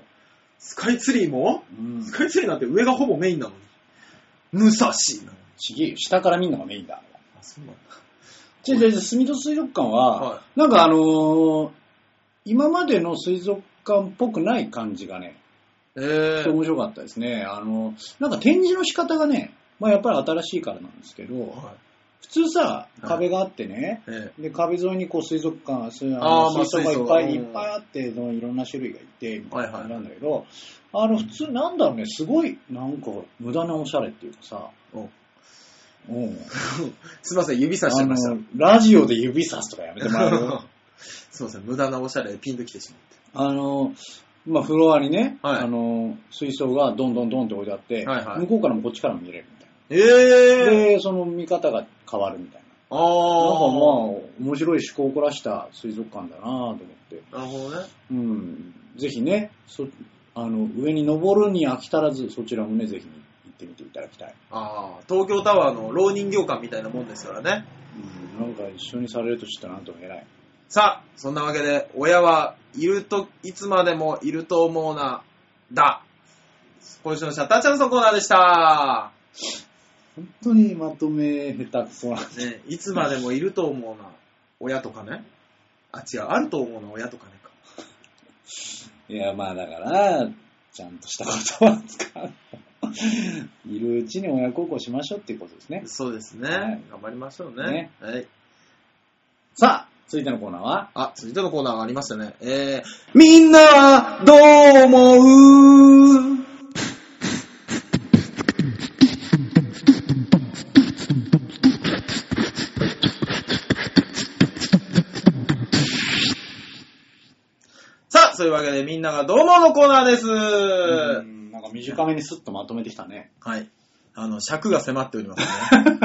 スカイツリーもうんス。カイツリーなんて上がほぼメインなのに。武蔵なのに。ちげえよ。下から見るのがメインだ。あ、そうなんだ。じゃじゃじゃ、住戸水族館は、はなんかあのー今までの水族館っぽくない感じがね、え面白かったですね。あのなんか展示の仕方がね、まあやっぱり新しいからなんですけど、はい。普通さ、い壁があってね、ええで、壁沿いにこう水族館、そういうあーあのまあ水槽がいっぱい水い槽っぱいあって、そのいろんな種類がいて、みたいなはいはい感じなんだけど、あの、普通なんだろうね、すごい、なんか無駄なおしゃれっていうかさ、おうん。 すいません、指さしちゃあいました。の、ラジオで指さすとかやめてもらう すいません、無駄なおしゃれピンときてしまって。あの、まあ、フロアにね、はいあの、水槽がどんどんどんって置いてあって、はいはい向こうからもこっちからも見れるみたいな。ええで、その見方が変わるみたいな。あなんあ。、かまあ面白い趣向を凝らした水族館だなぁと思って。なるほどね。うん。ぜひね、そあの、上に登るに飽き足らず、そちらもね、ぜひ行ってみていただきたい。ああ、東京タワーの老人形館みたいなもんですからね。うん。なんか一緒にされるとしたらなんとも偉い。さあ、そんなわけで、親はいると、いつまでもいると思うな、だ。今週のシャッターチャンスのコーナーでした。本当にまとめ下手くそな。ね、いつまでもいると思うな、親とかね。あ、違う、あると思うな、親とかねか。 いや、まあだから、ちゃんとしたことは使う。いるうちに親孝行しましょうっていうことですね。そうですね。はい頑張りましょうねねはい。さあ、続いてのコーナーは、あ、続いてのコーナーがありましたね。えー、みんな、どう思うあ、そういうわけでみんながどうものコーナーです。うんなんか短めにスッとまとめてきたね。はい。あの、尺が迫っておりますね。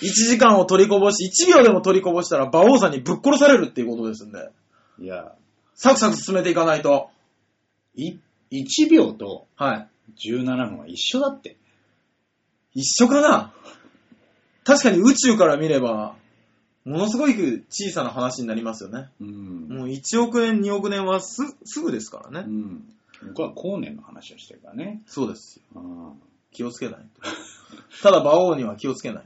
1時間を取りこぼし、1秒でも取りこぼしたら馬王さんにぶっ殺されるっていうことですんで、 いや、サクサク進めていかないと。い、1秒とはい。 17分は一緒だって。一緒かな確かに宇宙から見れば、ものすごく小さな話になりますよね。うん。もう1億年、2億年はす、すぐですからうね。ん。僕は後年の話をしてるからね。そうですよ。うん。気をつけないと。 ただ馬王には気をつけない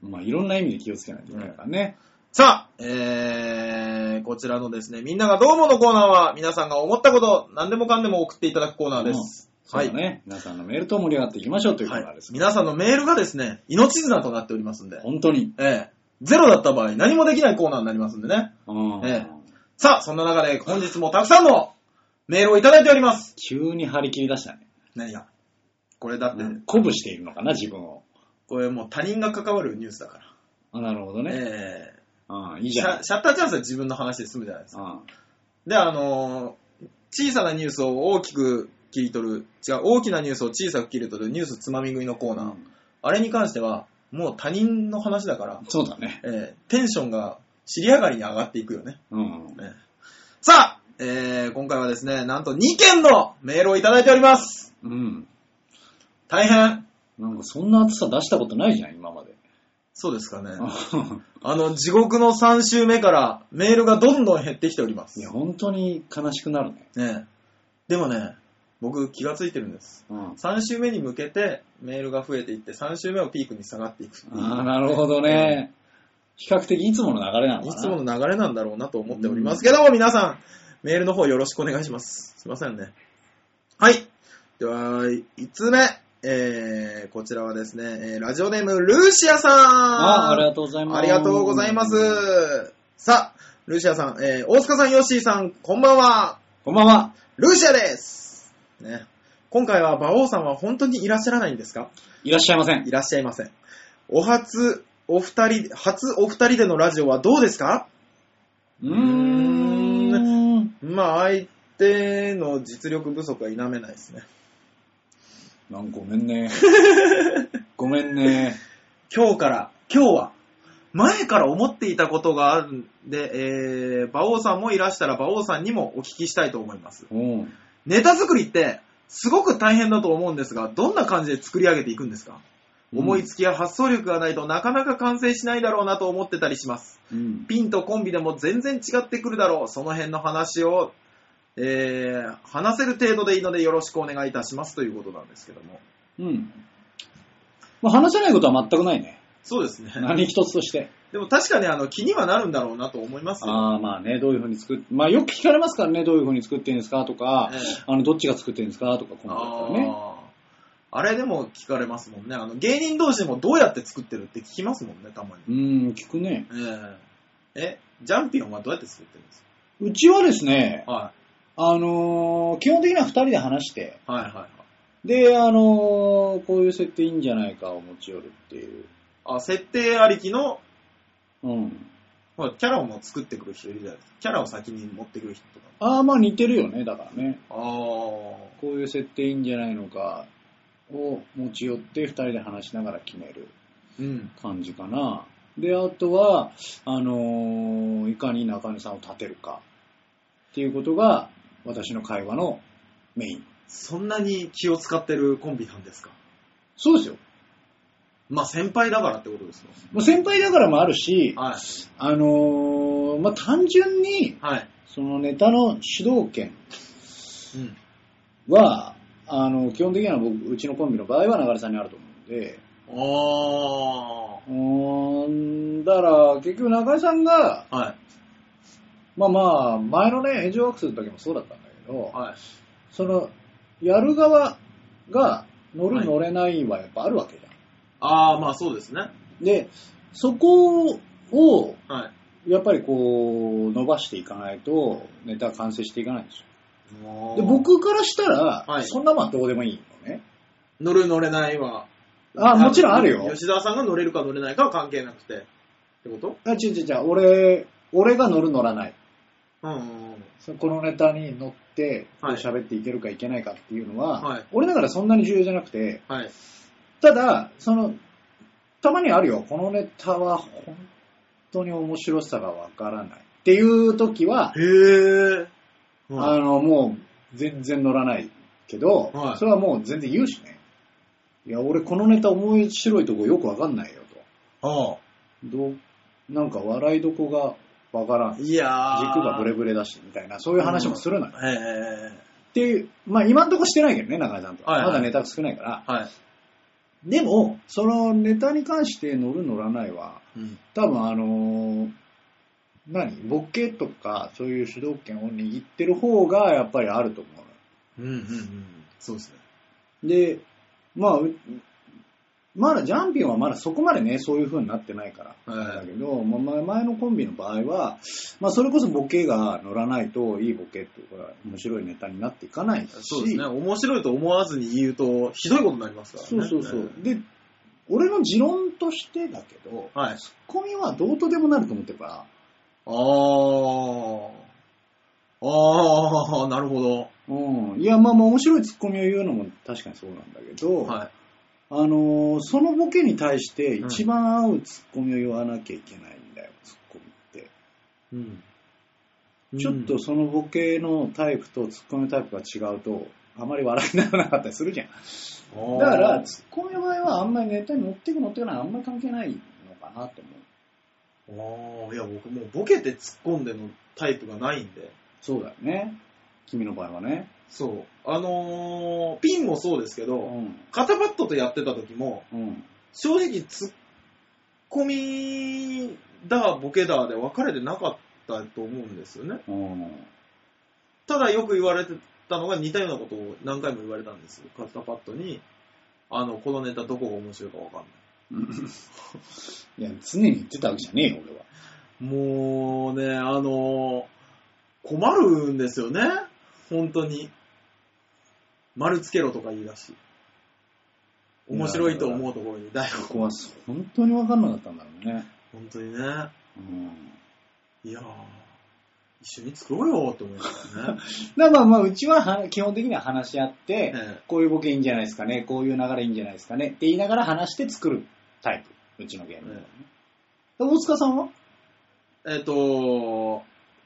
と。まあ、いろんな意味で気をつけないといけないからね。さあ、えー、こちらのですね、みんながどうものコーナーは、皆さんが思ったこと、何でもかんでも送っていただくコーナーです。そうだね、皆さんのメールと盛り上がっていきましょうというコーナーです。皆さんのメールがですね、命綱となっておりますんで、本当に。ええゼロだった場合何もできないコーナーになりますんでね。うんええさあ、そんな中で本日もたくさんのメールをいただいております。急に張り切り出したね。何がこれだって、鼓舞しているのかな、自分を。これもう他人が関わるニュースだから。あなるほどね。えうん、いいえシじゃん。ャシャッターチャンスは自分の話で済むじゃないですか。うんで、あのー小さなニュースを大きく切り取る、違う、大きなニュースを小さく切り取るニュースつまみ食いのコーナー。あれに関しては、もう他人の話だから、そうだね。ええテンションが尻上がりに上がっていくよね。うん。ええさあ、えー今回はですね、なんと2件のメールをいただいております。うん。大変。なんかそんな暑さ出したことないじゃん、今まで。そうですかね。あの、地獄の3週目からメールがどんどん減ってきております。いや、本当に悲しくなるね。ねえでもね、僕気がついてるんです。うん。 3週目に向けてメールが増えていって、3週目をピークに下がっていくっていうああ、なるほどね。比較的いつもの流れなのかな。いつもの流れなんだろうなと思っておりますけども、皆さん、メールの方よろしくお願いします。すいませんね。はい。では、5つ目。えー、こちらはですね、えーラジオネーム、ルーシアさん。ああ、ありがとうございます。ありがとうございます。さあ、ルーシアさん、えー、大塚さん、ヨッシーさん、こんばんは。こんばんは。ルーシアです。ね。今回は、馬王さんは本当にいらっしゃらないんですかいらっしゃいません。いらっしゃいません。お初、お二人、初お二人でのラジオはどうですかうーん。まあ、相手の実力不足は否めないですね。なんかごめ んね。ごめんね。今日から、今日は、前から思っていたことがあるんで、えー、馬王さんもいらしたら馬王さんにもお聞きしたいと思います。うん。ネタ作りって、すごく大変だと思うんですが、どんな感じで作り上げていくんですか、うん思いつきや発想力がないとなかなか完成しないだろうなと思ってたりします。うん。ピンとコンビでも全然違ってくるだろう。その辺の話を、えー、話せる程度でいいのでよろしくお願いいたしますということなんですけども。うん。まあ、話せないことは全くないね。そうですね。何一つとして。でも確かにあの気にはなるんだろうなと思いますよ。ああ、まあね、どういうふうに作っ、まあよく聞かれますからね、どういうふうに作ってるんですかとか、ええあの、どっちが作ってるんですかとか、こんなのだったらね。あーあれでも聞かれますもんね。あの芸人同士でもどうやって作ってるって聞きますもんね、たまに。うーん、聞くね。えええ、ジャンピオンはどうやって作ってるんですうちはですね、かはあのー基本的には二人で話して、い。はいはいはい。で、あのーこういう設定いいんじゃないかを持ち寄るっていう。あ、設定ありきの、うん。ほらキャラをもう作ってくる人いるじゃないですか。キャラを先に持ってくる人とか。ああ、まあ似てるよね、だからね。ああ。こういう設定いいんじゃないのかを持ち寄って二人で話しながら決めるうん。感じかな。で、あとは、あのーいかに中根さんを立てるかっていうことが私の会話のメイン。そんなに気を使ってるコンビなんですかそうですよ。まあ先輩だからってことですよ。まあ、先輩だからもあるし、はい。あのーまあ、単純に、はい。そのネタの主導権うん。は、あの、基本的には僕、うちのコンビの場合は流れさんにあると思うんで、あうーん、だから、結局中井さんが、あ。はい。まあまあ、前のね、炎上学生の時もそうだったんだけど、はい。その、やる側が乗はるい乗れないはやっぱあるわけじゃん。ああ、まあそうですね。で、そこを、はい。やっぱりこう、伸ばしていかないと、ネタ完成していかないんですよ。で、僕からしたら、はいそんなもんはどうでもいいのね。乗る乗れないは。あ、もちろんあるよ。吉沢さんが乗れるか乗れないかは関係なくて。ってことあ、違う違う違う、俺、俺が乗る乗らない。うんうんうん。そのこのネタに乗って、はい喋っていけるかいけないかっていうのは、はい俺だからそんなに重要じゃなくて、はい。ただ、その、たまにあるよ。このネタは本当に面白さがわからない。っていう時は、へぇー。あはいの、もう全然乗らないけど、はいそれはもう全然言うしね。いや、俺このネタ面白いとこよくわかんないよあと。どう、なんか笑いどこがわからん。あ軸いやー。がブレブレだし、みたいな、そういう話もするのよ。へえっていう、まあ今んとこしてないけどね、中井さんと。はいはいまだネタが少ないから。はい。でも、そのネタに関して乗る乗らないは、うん。多分あのー何ボケとかそういう主導権を握ってる方がやっぱりあると思ううんうんうん。そうですね。ので、まあ、うまだジャンピンはまだそこまでね、そういう風になってないから。はいだけど、まあ前前のコンビの場合は、まあそれこそボケが乗らないと、いいボケっていうか、面白いネタになっていかないし。そうですね。面白いと思わずに言うと、ひどいことになりますからね。そうそうそう。で、俺の持論としてだけど、えー。はい。ツッコミはどうとでもなると思ってるから、ああ。ああ、なるほうん。いや、まあまあ面白いツッコミを言うのも確かにそうなんだけど、ど。はい。あのーそのボケに対して一番合うツッコミを言わなきゃいけないんだよ、ツッコミって。うん。ちょっとそのボケのタイプとツッコミのタイプが違うと、あまり笑いにならなかったりするじゃん。うん、だから、あーツッコミの場合はあんまりネタに乗っていく乗っていかないあんまり関係ないのかなって思う。あー、いや、僕もうボケて突っ込んでのタイプがないんで。そうだよね。君の場合はね。そう。あのー、ピンもそうですけど、うん。肩パッドとやってた時も、うん。正直突っ込みだ、ボケだで分かれてなかったと思うんですよね。うん。ただよく言われてたのが似たようなことを何回も言われたんですよ。肩パッドに、あの、このネタどこが面白いか分かんない。いや、常に言ってたわけじゃねえよ、俺は。もうね、あの困るんですよね。本当に。丸つけろとか言い出し。面白いと思うところに台そ本。こは本当に分かんなかったんだろうね。本当にね。うん。いやー、一緒に作ろうよって思いま したね。だからまあまあ、うちはは基本的には話し合って、ええこういうボケいいんじゃないですかね、こういう流れいいんじゃないですかねって言いながら話して作るタイプ、うちのゲーム。えで大塚さんはえっと、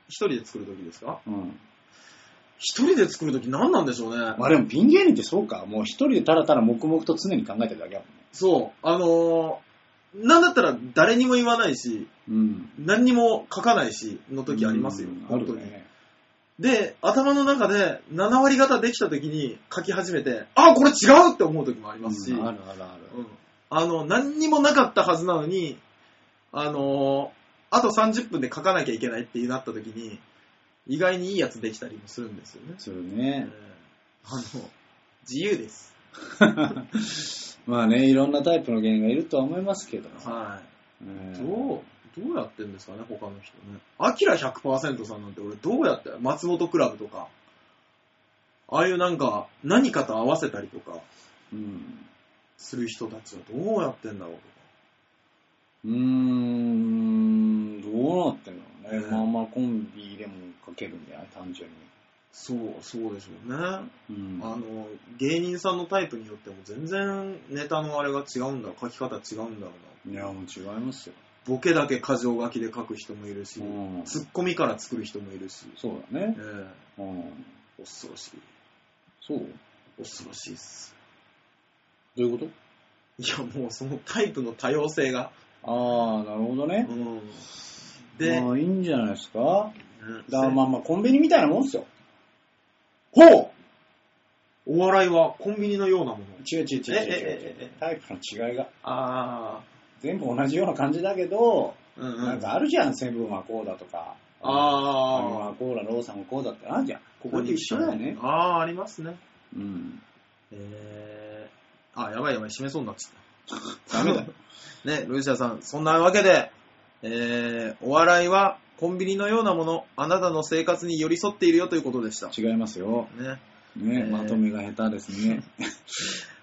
一人で作るときですかうん。一人で作るとき何なんでしょうね。まあでもピン芸人ってそうか、もう一人でたらたら黙々と常に考えてるだけだもんね。そう、あのー、なんだったら誰にも言わないし、うん。何にも書かないし、の時ありますようん。あ本る当よに。ね。で、頭の中で7割方できた時に書き始めて、あ、これ違うって思う時もありますし、うんあるあるある。うんあの、何にもなかったはずなのに、あのーあと30分で書かなきゃいけないってなった時に、意外にいいやつできたりもするんですよね。そうえねー。あの、自由です。まあね、いろんなタイプの芸人がいるとは思いますけど。はうんい。どう、どうやってんですかね、他の人ね。アキラ100%さんなんて俺どうやって、松本クラブとか、ああいうなんか、何かと合わせたりとか、うん。する人たちはどうやってんだろうとか。うーん、どうなってんのね。うんまあまあコンビでもかけるんじゃない単純に。そう、そうでしょうね。うんあの、芸人さんのタイプによっても全然ネタのあれが違うんだ、書き方違うんだろうな。いや、もう違いますよ。ボケだけ箇条書きで書く人もいるし、うんツッコミから作る人もいるし、そうだねえ。えうん。恐ろしい。そう恐ろしいっす。どういうこといや、もうそのタイプの多様性が。ああ、なるほどねう。ん。で、まあ、いいんじゃないですか。うんだからまあまあ、コンビニみたいなもんですよ。ほうお笑いはコンビニのようなもの。違う違う違う違うええ違えええう。タイプの違いが。あ全部同じような感じだけど、あ、うんうなん。あんかあるじゃん、セブンはこうだとか。ああの。はこうだ、ローさんはこうだってあるじゃん。ここに一緒だよね。ああ、ありますね。うん。えー、あ、やばいやばい、締めそうになっちゃった。 ダメだよ。ね、ロイシアさん、そんなわけで、えー、お笑いはコンビニのようなもの、あなたの生活に寄り添っているよということでした。違いますよ。ね。ね、ええまとめが下手ですね。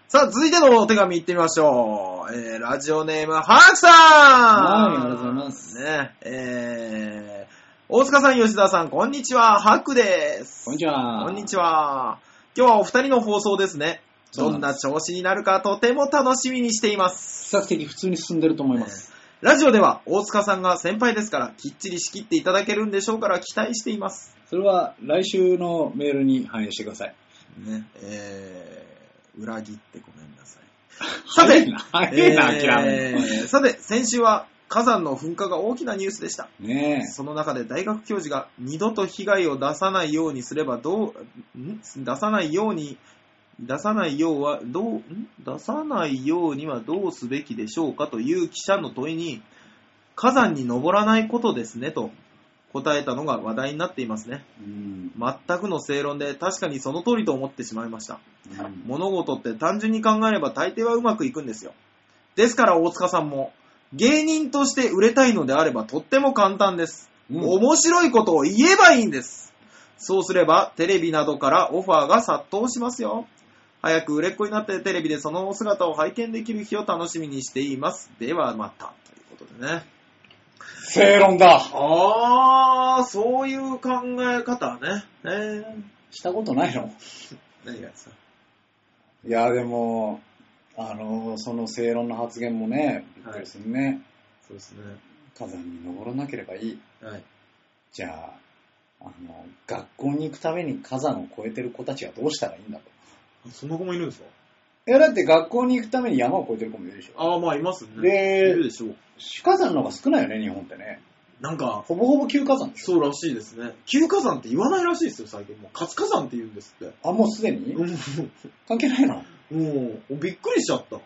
さあ、続いてのお手紙いってみましょう。えー、ラジオネーム、ハークさんはいありがとうございます。ね、えー、大塚さん、吉田さん、こんにちは。ハクです。こんにちは。こんにちは。は。今日はお二人の放送ですね。そどうなんんでな調子になるかとても楽しみにしています。比較的普通に進んでると思います。ラジオでは大塚さんが先輩ですからきっちり仕切っていただけるんでしょうから期待しています。それは来週のメールに反映してください。ね、えー、裏切ってごめんなさい。 さ早ていな、早いな、えー諦めるの。さて、先週は火山の噴火が大きなニュースでした。ねえ。その中で大学教授が二度と被害を出さないようにすればどう、ん出さないように、出さないようはどう、ん出さないようにはどうすべきでしょうかという記者の問いに、火山に登らないことですねと答えたのが話題になっていますね。うん。全くの正論で確かにその通りと思ってしまいました。うん物事って単純に考えれば大抵はうまくいくんですよ。ですから大塚さんも、芸人として売れたいのであればとっても簡単です。うん面白いことを言えばいいんです。そうすればテレビなどからオファーが殺到しますよ。早く売れっ子になってテレビでそのお姿を拝見できる日を楽しみにしています。ではまた。ということでね。正論だ。あー、そういう考え方ね。えー、したことないの何がですかいや、でも、あの、その正論の発言もね、びっくりするね。そうですね。火山に登らなければいい。はい。じゃあ、あの、学校に行くために火山を越えてる子たちはどうしたらいいんだと。そんな子もいるんですかいや、だって学校に行くために山を越えてる子もいるでしょ。ああ、まあ、いますね。でいるでしょう。火山の方が少ないよね、日本ってね。なんか、ほぼほぼ急火山でしょ。そうらしいですね。旧火山って言わないらしいですよ、最近。もう、活火山って言うんですって。あ、もうすでにうん関係ないのもう、びっくりしちゃった。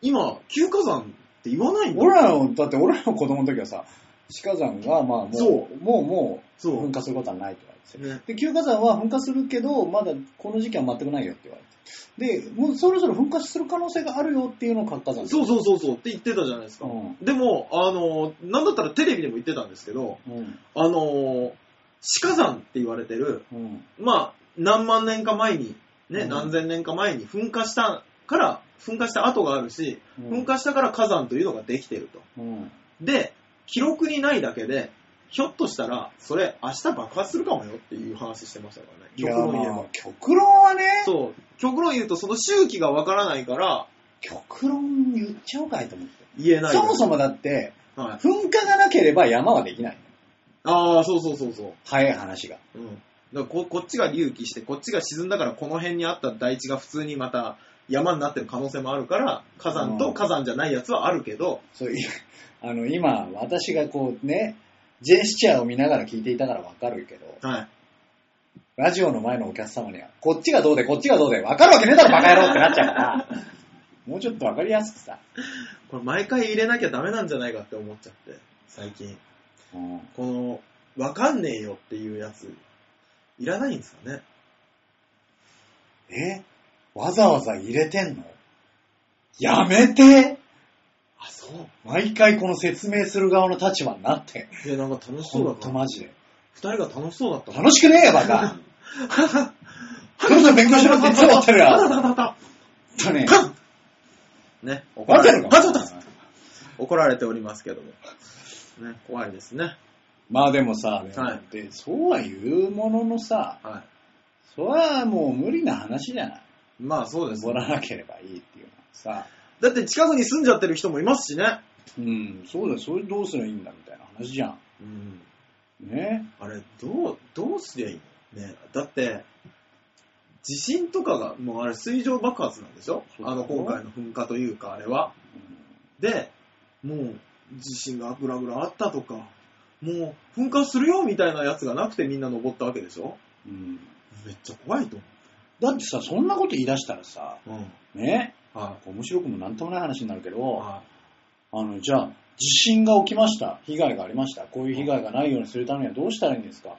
今、旧火山って言わないんだ俺らの、だって俺らの子供の時はさ、死火山が、まあもう、そもうもう、そう噴火することはないと言われててね。で、休火山は噴火するけど、まだこの時期は全くないよって言われて。で、もうそろそろ噴火する可能性があるよっていうのを活火山。そうそうそうそうって言ってたじゃないですか。うん。でも、あの、なんだったらテレビでも言ってたんですけど、うん。あの、死火山って言われてる、うん。まあ、何万年か前に、ね、うん何千年か前に噴火したから、噴火した跡があるし、うん噴火したから火山というのができてると。うん。で、記録にないだけで、ひょっとしたら、それ明日爆発するかもよっていう話してましたからね。い極や、論言えまばあ。、極論はね、そう。極論言うと、その周期がわからないから、極論言っちゃおうかいと思って。言えない。そもそもだって、も。はい。噴火がなければ山はできない。ああ、そうそうそうそう。早い話が。うん。だからここっちが隆起して、こっちが沈んだから、この辺にあった台地が普通にまた山になってる可能性もあるから、火山うとん火山じゃないやつはあるけど、そうい あの、今、私がこうね、ジェスチャーを見ながら聞いていたからわかるけど、はい。ラジオの前のお客様には、こっちがどうで、こっちがどうで、わかるわけねえだろ、バカ野郎ってなっちゃう から、もうちょっとわかりやすくさ。これ毎回入れなきゃダメなんじゃないかって思っちゃって、最近。うんこの、わかんねえよっていうやつ、いらないんですかね。えわざわざ入れてんのやめてあ、そう。毎回この説明する側の立場になって。いや、なんか楽しほそうんだとった。マジで。二人が楽しそうだったから。楽しくねえよ、バカそろそろ勉強しろっていつも言ってるよ。ほんとね。ね、怒わらかれるるの怒られておりますけども。ね、怖いですね。まあでもさ、でもはいでそうは言うもののさ、はそれはもう無理な話じゃない。い。まあそうです、登らなければいいっていうのはさ。だって近くに住んじゃってる人もいますしね。うん、そうだよ、それどうすればいいんだみたいな話じゃん。うん。ね。あれ、どう、どうすりゃいいのね。だって、地震とかが、もうあれ水上爆発なんでしょそうあの今回の噴火というか、あれは。で、もう地震がぐらぐらあったとか、もう噴火するよみたいなやつがなくてみんな登ったわけでしょうん。めっちゃ怖いとだってさ、そんなこと言い出したらさ、思う。うん。ね、は面白くもなんともない話になるけい。ど、はあの、じゃあ、地震が起きました。被害がありました。こういう被害がないようにするためにはどうしたらいいんですか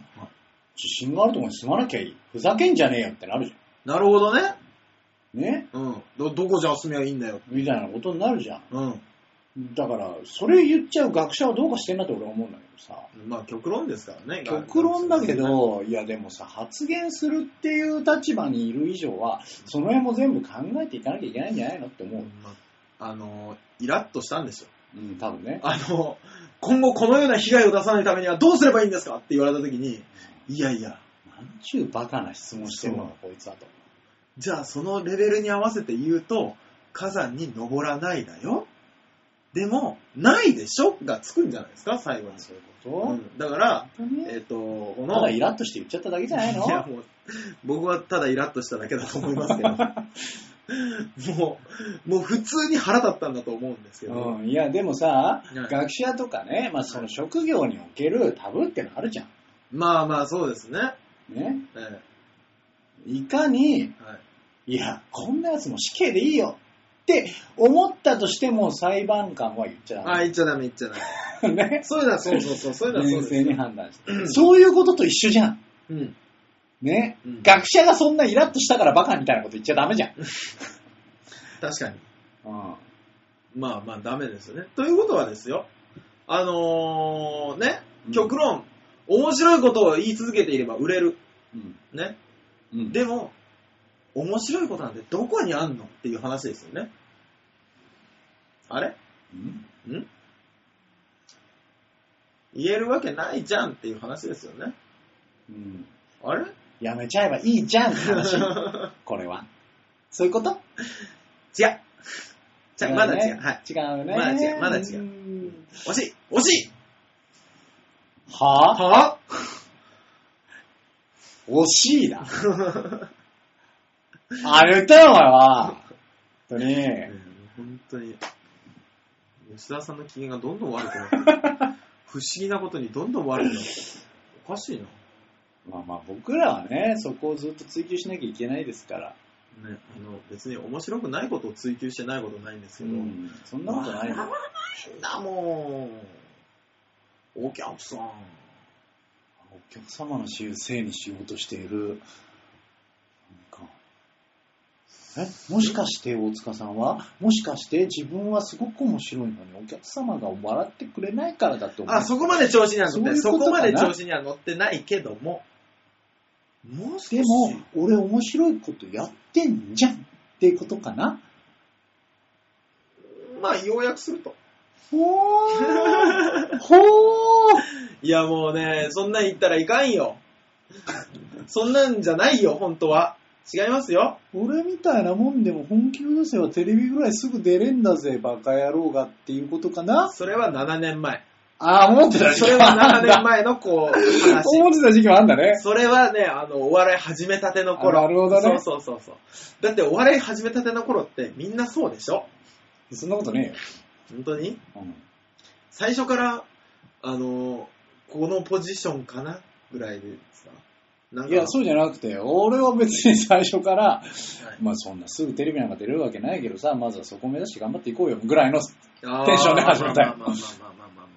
地震があるところに住まなきゃいい。ふざけんじゃねえよってなるじい。なるほどね。ゃん。ねうん。ど、どこじゃ住みゃいいんだよ。みたいなことになるじゃん。うん。だから、それ言っちゃう学者はどうかしてんなって俺は思うんだけどさ。まあ極論ですからね。極論だけ。ど、いやでもさ、発言するっていう立場にいる以上は、その辺も全部考えていかなきゃいけないんじゃないのってう思う。んまああのー、イラッとしたんでしょ。うん、多分ね。あの、今後このような被害を出さないためにはどうすればいいんですかって言われた時に、いやいや、なんちゅうバカな質問してるのか、こいつだと。じゃあそのレベルに合わせて言うと、火山に登らないだよ。でも、ないでしょがつくんじゃないですか、最後に。そういうこうんだから、と、本当えっ、ねと、こたの、だいイラッとして言っちゃっただけじゃないのやもう、僕はただイラッとしただけだと思いますけ ど、もう、もう普通に腹立ったんだと思うんですけど、うん、いや、でもさ、い学者とかね、まあその職業におけるタブーってのあるじゃん。まあまあそうですね。ね。えいかにえはいいや、こんなやつも死刑でいいよって思ったとしても裁判官は言っちゃあ、ダ言っちゃダメ言っちゃダメ。メ。ね。そういうのはそうそうそう、そういうのはそう冷です静によ。判断して。そういうことと一緒じゃん。うん。ね。うん学者がそんなイラッとしたからバカみたいなこと言っちゃダメじゃん。確かに。うん。まあまあダメですよね。ということはですよ、あのー、ねうん、極論、面白いことを言い続けていれば売れる。うん。ね。うん、でも、面白いことなんてどこにあんのっていう話ですよね。あれうんん言えるわけないじゃんっていう話ですよね。うん。あれやめちゃえばいいじゃんって 話。これは。そういうこと違う。違う、まだ違う。ねはい。違うね。まだ違うまだ違ううん惜しい惜しいはぁ、は惜しいな。あれ歌うわは。本当に。本当に、吉田さんの機嫌がどんどん悪くなってる。不思議なことにどんどん悪くなってる。おかしいな。まあまあ僕らはね、そこをずっと追求しなきゃいけないですから。ね、あの、別に面白くないことを追求してないことないんですけど、そんなことないよ。笑わないんだもん。お客さん。お客様の修正にしようとしている。なんかえ、もしかして大塚さんは、もしかして自分はすごく面白いのにお客様が笑ってくれないからだと思う。あ、そこまで調子には乗って、そそういうことこかまなで調子には乗ってないけども、もう少しでも、俺面白いことやってんじゃんっていうことかなまあ、要約すると。ほーほーいやもうね、そんなん言ったらいかんよ。そんなんじゃないよ、本当は。違いますよ。俺みたいなもんでも本気を出せばテレビぐらいすぐ出れんだぜ、バカ野郎がっていうことかなそれは7年前。ああ、思ってた時そ期れもはあ7んだ年。前のこう、話。 思ってた時期もあんだね。それはね、あの、お笑い始めたての頃。あなるほどねそうそうそうそう。だってお笑い始めたての頃ってみんなそうでしょそんなことね本当にえよ。最初から、あの、このポジションかなぐらいでさ。なんかいや、そうじゃなくて、俺は別に最初から、はいまあそんなすぐテレビなんか出れるわけないけどさ、まずはそこを目指して頑張っていこうよ、ぐらいの。あーテンションで始まったよまあまあまあまあまあまあまあ。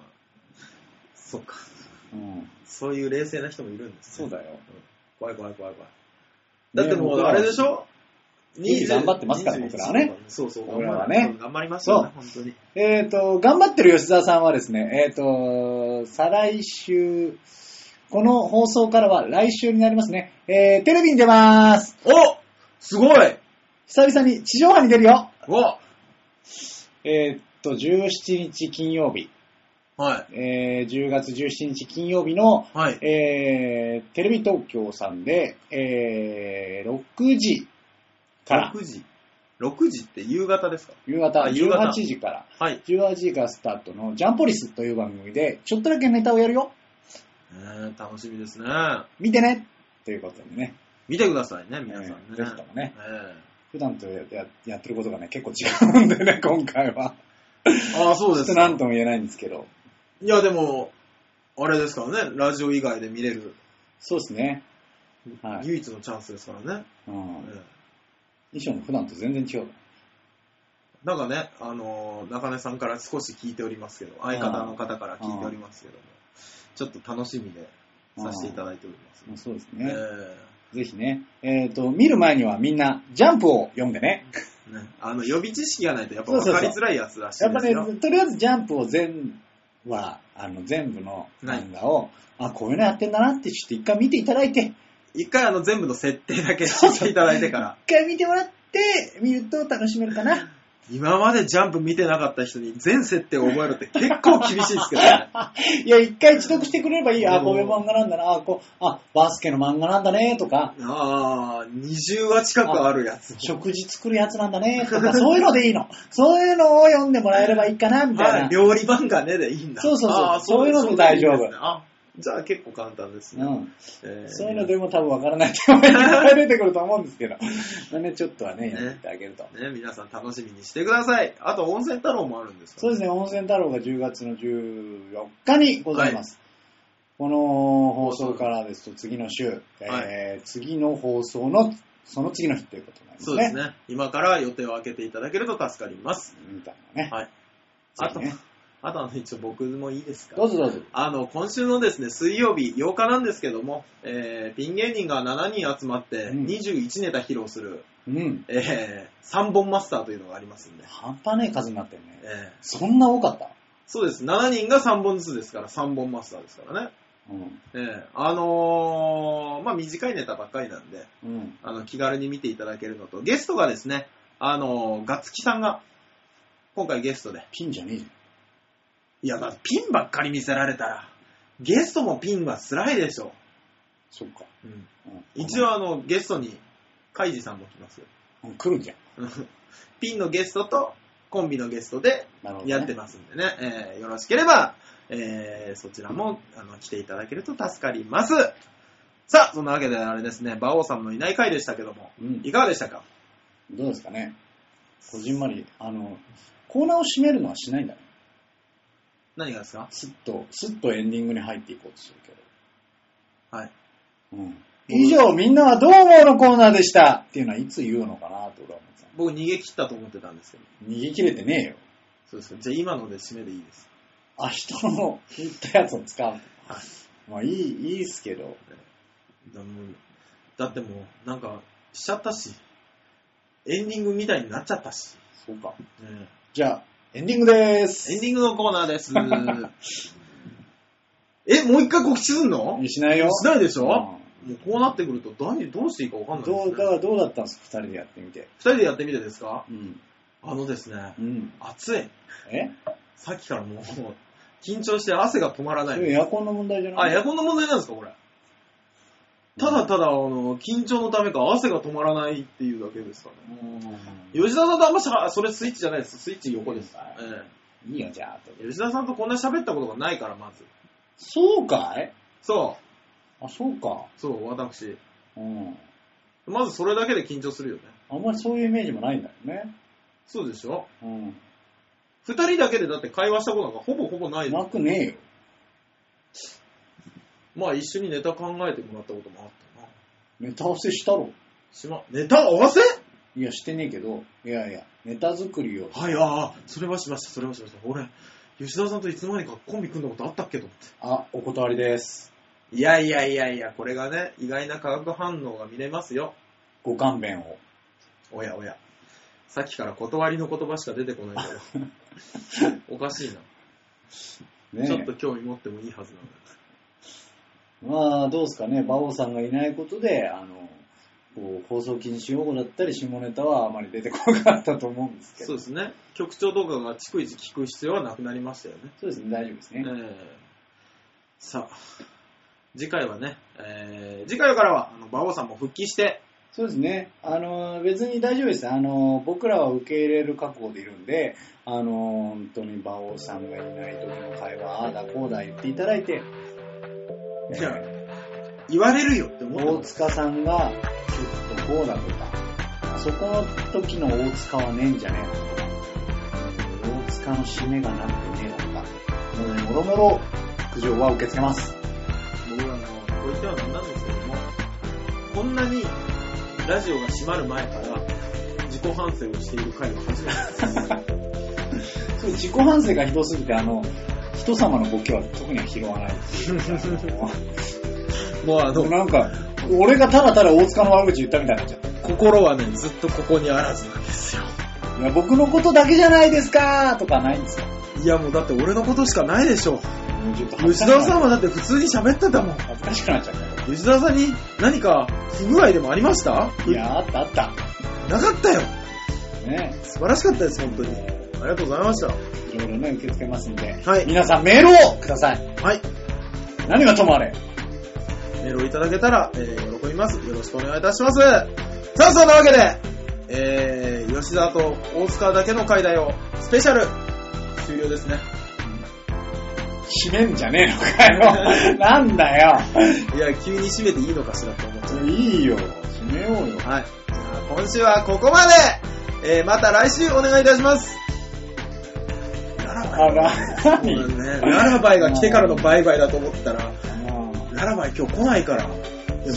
そうか。うん、そういう冷静な人もいるんです、そうだよ。怖い怖い怖い怖い。ねだっても僕う、らはあれでしょ日々頑張ってますから20僕らはね。そうそう、僕らはね頑張りましたよね、本当に。えっ、と、頑張ってる吉沢さんはですね、えっ、と、再来週、この放送からは来週になりますね。えー、テレビに出ます。おすごい久々に地上波に出るよ。おえーっと、17日金曜日、はい。えー10月17日金曜日の、はい。えーテレビ東京さんで、えー6時から、 6時。6時って夕方ですか夕方あ夕方18時から、はい。 18時からスタートのジャンポリスという番組で、ちょっとだけネタをやるよ。えー、楽しみですね。見てねということでね、見てくださいね、皆さんね。えーぜひともね、え普段とやややってることがね、結構違うんで ね、今回は。ーああ、そうちょでっとすなか。んとも言えないんですけど、いや、でも、あれですからね、ラジオ以外で見れる、そうですね。はい。唯一のチャンスですからね。うえん、ー衣装も普段と全然違う。なんかね、あのー中根さんから少し聞いておりますけど、相方の方から聞いておりますけども、ちょっと楽しみでさせていただいております。まあそうですえね。ぜひね。えっ、と、見る前にはみんな、ジャンプを読んでね。えねあの、予備知識がないとやっぱ分かりづらいやつらしやいっでぱすねよ。、とりあえずジャンプを全は、あの、全部の漫画を、あ、こういうのやってんだなって、ちょっと一回見ていただいて、一回あの、全部の設定だけ知っていただいてから。 一回見てもらって、見ると楽しめるかな。今までジャンプ見てなかった人に全設定を覚えろって結構厳しいですけど ね。いや、一回自読してくれればいい。あ、うんこういう漫画なんだな。あ、こう、あ、バスケの漫画なんだね。とか、ああ、20話近くあるやつ。食事作るやつなんだね。とか、そういうのでい いの。そういうのを読んでもらえればいいかな、みたいあな。料理版がねでいいんだ。そうそうそうあーそういうので大丈夫そういうのでいいですねあ、じゃあ結構簡単ですうね。ん、えーそういうのでも多分わからないって思いが出てくると思うんですけど、まあね、ちょっとはね、ねやってあげると。ね、皆さん楽しみにしてください。あと、温泉太郎もあるんですかそうですね、温泉太郎が10月の14日にございます。この放送からですと次の週、えー次の放送のその次の日ということになりますそね。うですね。今から予定を空けていただけると助かります。みたいなね。はい。あぜとひね、あとあの、一応僕もいいですかどうぞどうぞ。あの、今週のですね、水曜日8日なんですけども、えー、ピン芸人が7人集まってうん21ネタ披露する、うん。えー、3本マスターというのがありますんで、半端ねえ数になってるね。えー、そんな多かった。そうです。7人が3本ずつですから、3本マスターですからね。うん。えー、あのー、まあ、短いネタばっかりなんで、うん。あの、気軽に見ていただけるのと、ゲストがですね、あの、ガッツキさんが、今回ゲストで。ピンじゃねえじいや、だってピンばっかり見せられたら、ゲストもピンは辛いでしょ。ゃん。そっか。うん一応、あの、ゲストに、カイジさんも来ますよ。 うん来るんじゃん。うんピンのゲストと、コンビのゲストでなるほど、ね。やってますんでね、えーよろしければ、えーそちらも、あの、来ていただけると助かります。さあ、そんなわけであれですね、馬王さんのいない回でしたけども、うん。いかがでしたかどうですかね。こじんまり、あの、コーナーを締めるのはしないんだね。何がですかすっと、すっとエンディングに入っていこうとするけど。はい。うん。以上、みんなはどう思うのコーナーでしたっていうのはいつ言うのかなと俺は思ってた。僕逃げ切ったと思ってたんですけど。逃げ切れてねえよ。そうですか。じゃあ今ので締めでいいです。あ、人の言ったやつを使う。まあいい、いいっすけど。だもうだってもう、なんか、しちゃったし、エンディングみたいになっちゃったし。そうか。うんじゃあ、エンディングでーす。エンディングのコーナーです。 え、もう一回告知すんのしないよ。しないでしょ、うんもうこうなってくると何、どうしていいかわかんないどう、です、だね。からどうだったんですか二人でやってみて。二人でやってみてですかうん。あのですね、うん。暑い。えさっきからもう、緊張して汗が止まらなそれい。エアコンの問題じゃないあ、エアコンの問題なんですかこれ。ただただ、あの、緊張のためか汗が止まらないっていうだけですかね。うん吉田さんとあんましゃ、それスイッチじゃないです。スイッチ横です。はいえいいよ、じゃあ。え吉田さんとこんな喋ったことがないから、まず。そうかいそあ、そうか。う、そう、私。うん。まずそれだけで緊張するよね。あんまりそういうイメージもないんだよね。そうでしょうん。二人だけでだって会話したことなんかほぼほぼないのなくねえよ。まあ一緒にネタ考えてもらったこともあったな。ネタ合わせしたろ。しま、ネタ合わせいや、してねえけど、いやいや、ネタ作りを。はい、ああ、それはしました、それはしました。俺、吉田さんといつの間にかコンビ組んだことあったっけどって。あ、お断りです。いやいやいやいや、これがね、意外な化学反応が見れますよ。ご勘弁を。おやおや。さっきから断りの言葉しか出てこないけ ど。おかしいな。ねえちょっと興味持ってもいいはずなのまあ、どうですかね。馬王さんがいないことで、あの、こう放送禁止用語だったり、下ネタはあまり出てこなかったと思うんですけで。ど。そうでですね。局長動画が逐一聞く必要はなくなりましたよね。す。そうですね、大丈夫ですえね。ー、さあ、次回はね、えー、次回からは、あの、馬王さんも復帰して、そうですね。あの、別に大丈夫です。あの、僕らは受け入れる覚悟でいるんで、あの、本当に馬王さんがいない時の会話、ああだこうだ言っていただいて、いや言われるよって思って大ます。塚さんが、ちょっとこうだとか、そこの時の大塚はねえんじゃねえのとか、大塚の締めがなくてねえだとか、もうもろもろ苦情は受け付けます。 僕はあの、こう言ってはなんなんですけども、こんなに、ラジオが閉まる前から、自己反省をしている回は初めてです。そう自己反省がひどすぎて、あの、人様のボケは特には拾わないっていうか。もうああ の、なんか、俺がただただ大塚の悪口言ったみたいになっちゃった。心はね、ずっとここにあらずなんですよ。いや、僕のことだけじゃないですかとかないんですかいやもうだって俺のことしかないでしょ。もうちょっと吉田さんはだって普通に喋ってたもん。恥ずかしくなっちゃったよ。吉田さんに何か不具合でもありましたいや、あったあった。なかったよ。ねね。素晴らしかったです、本当に。ありがとうございました。いろいろね、受け付けますんで。はい皆さんメールをください。はい。何がともあれ。メールをいただけたら、えー喜びます。よろしくお願いいたします。さあ、そんなわけで、えー、吉沢と大塚だけの会だよ、スペシャル、終了ですね。締めんじゃねえのか よ。なんだよ。いや、急に締めていいのかしらと思っちゃう。いいよ。締めようよ。はい。じゃあ、今週はここまで、えー、また来週お願いいたします。ララバイ。あら、そ何うだねララバイが来てからのバイバイだと思ってたら、もうララバイ今日来ないから、いや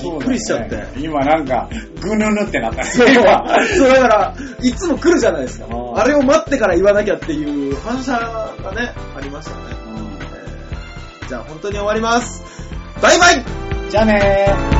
びっくりしちゃって。そうだね今なんか、ぐぬぬってなった ね。今。 そうだから、いつも来るじゃないですかあ。ーあれを待ってから言わなきゃっていう反射がね、ありましたね。えーじゃあ本当に終わります。バイバイじゃあねー。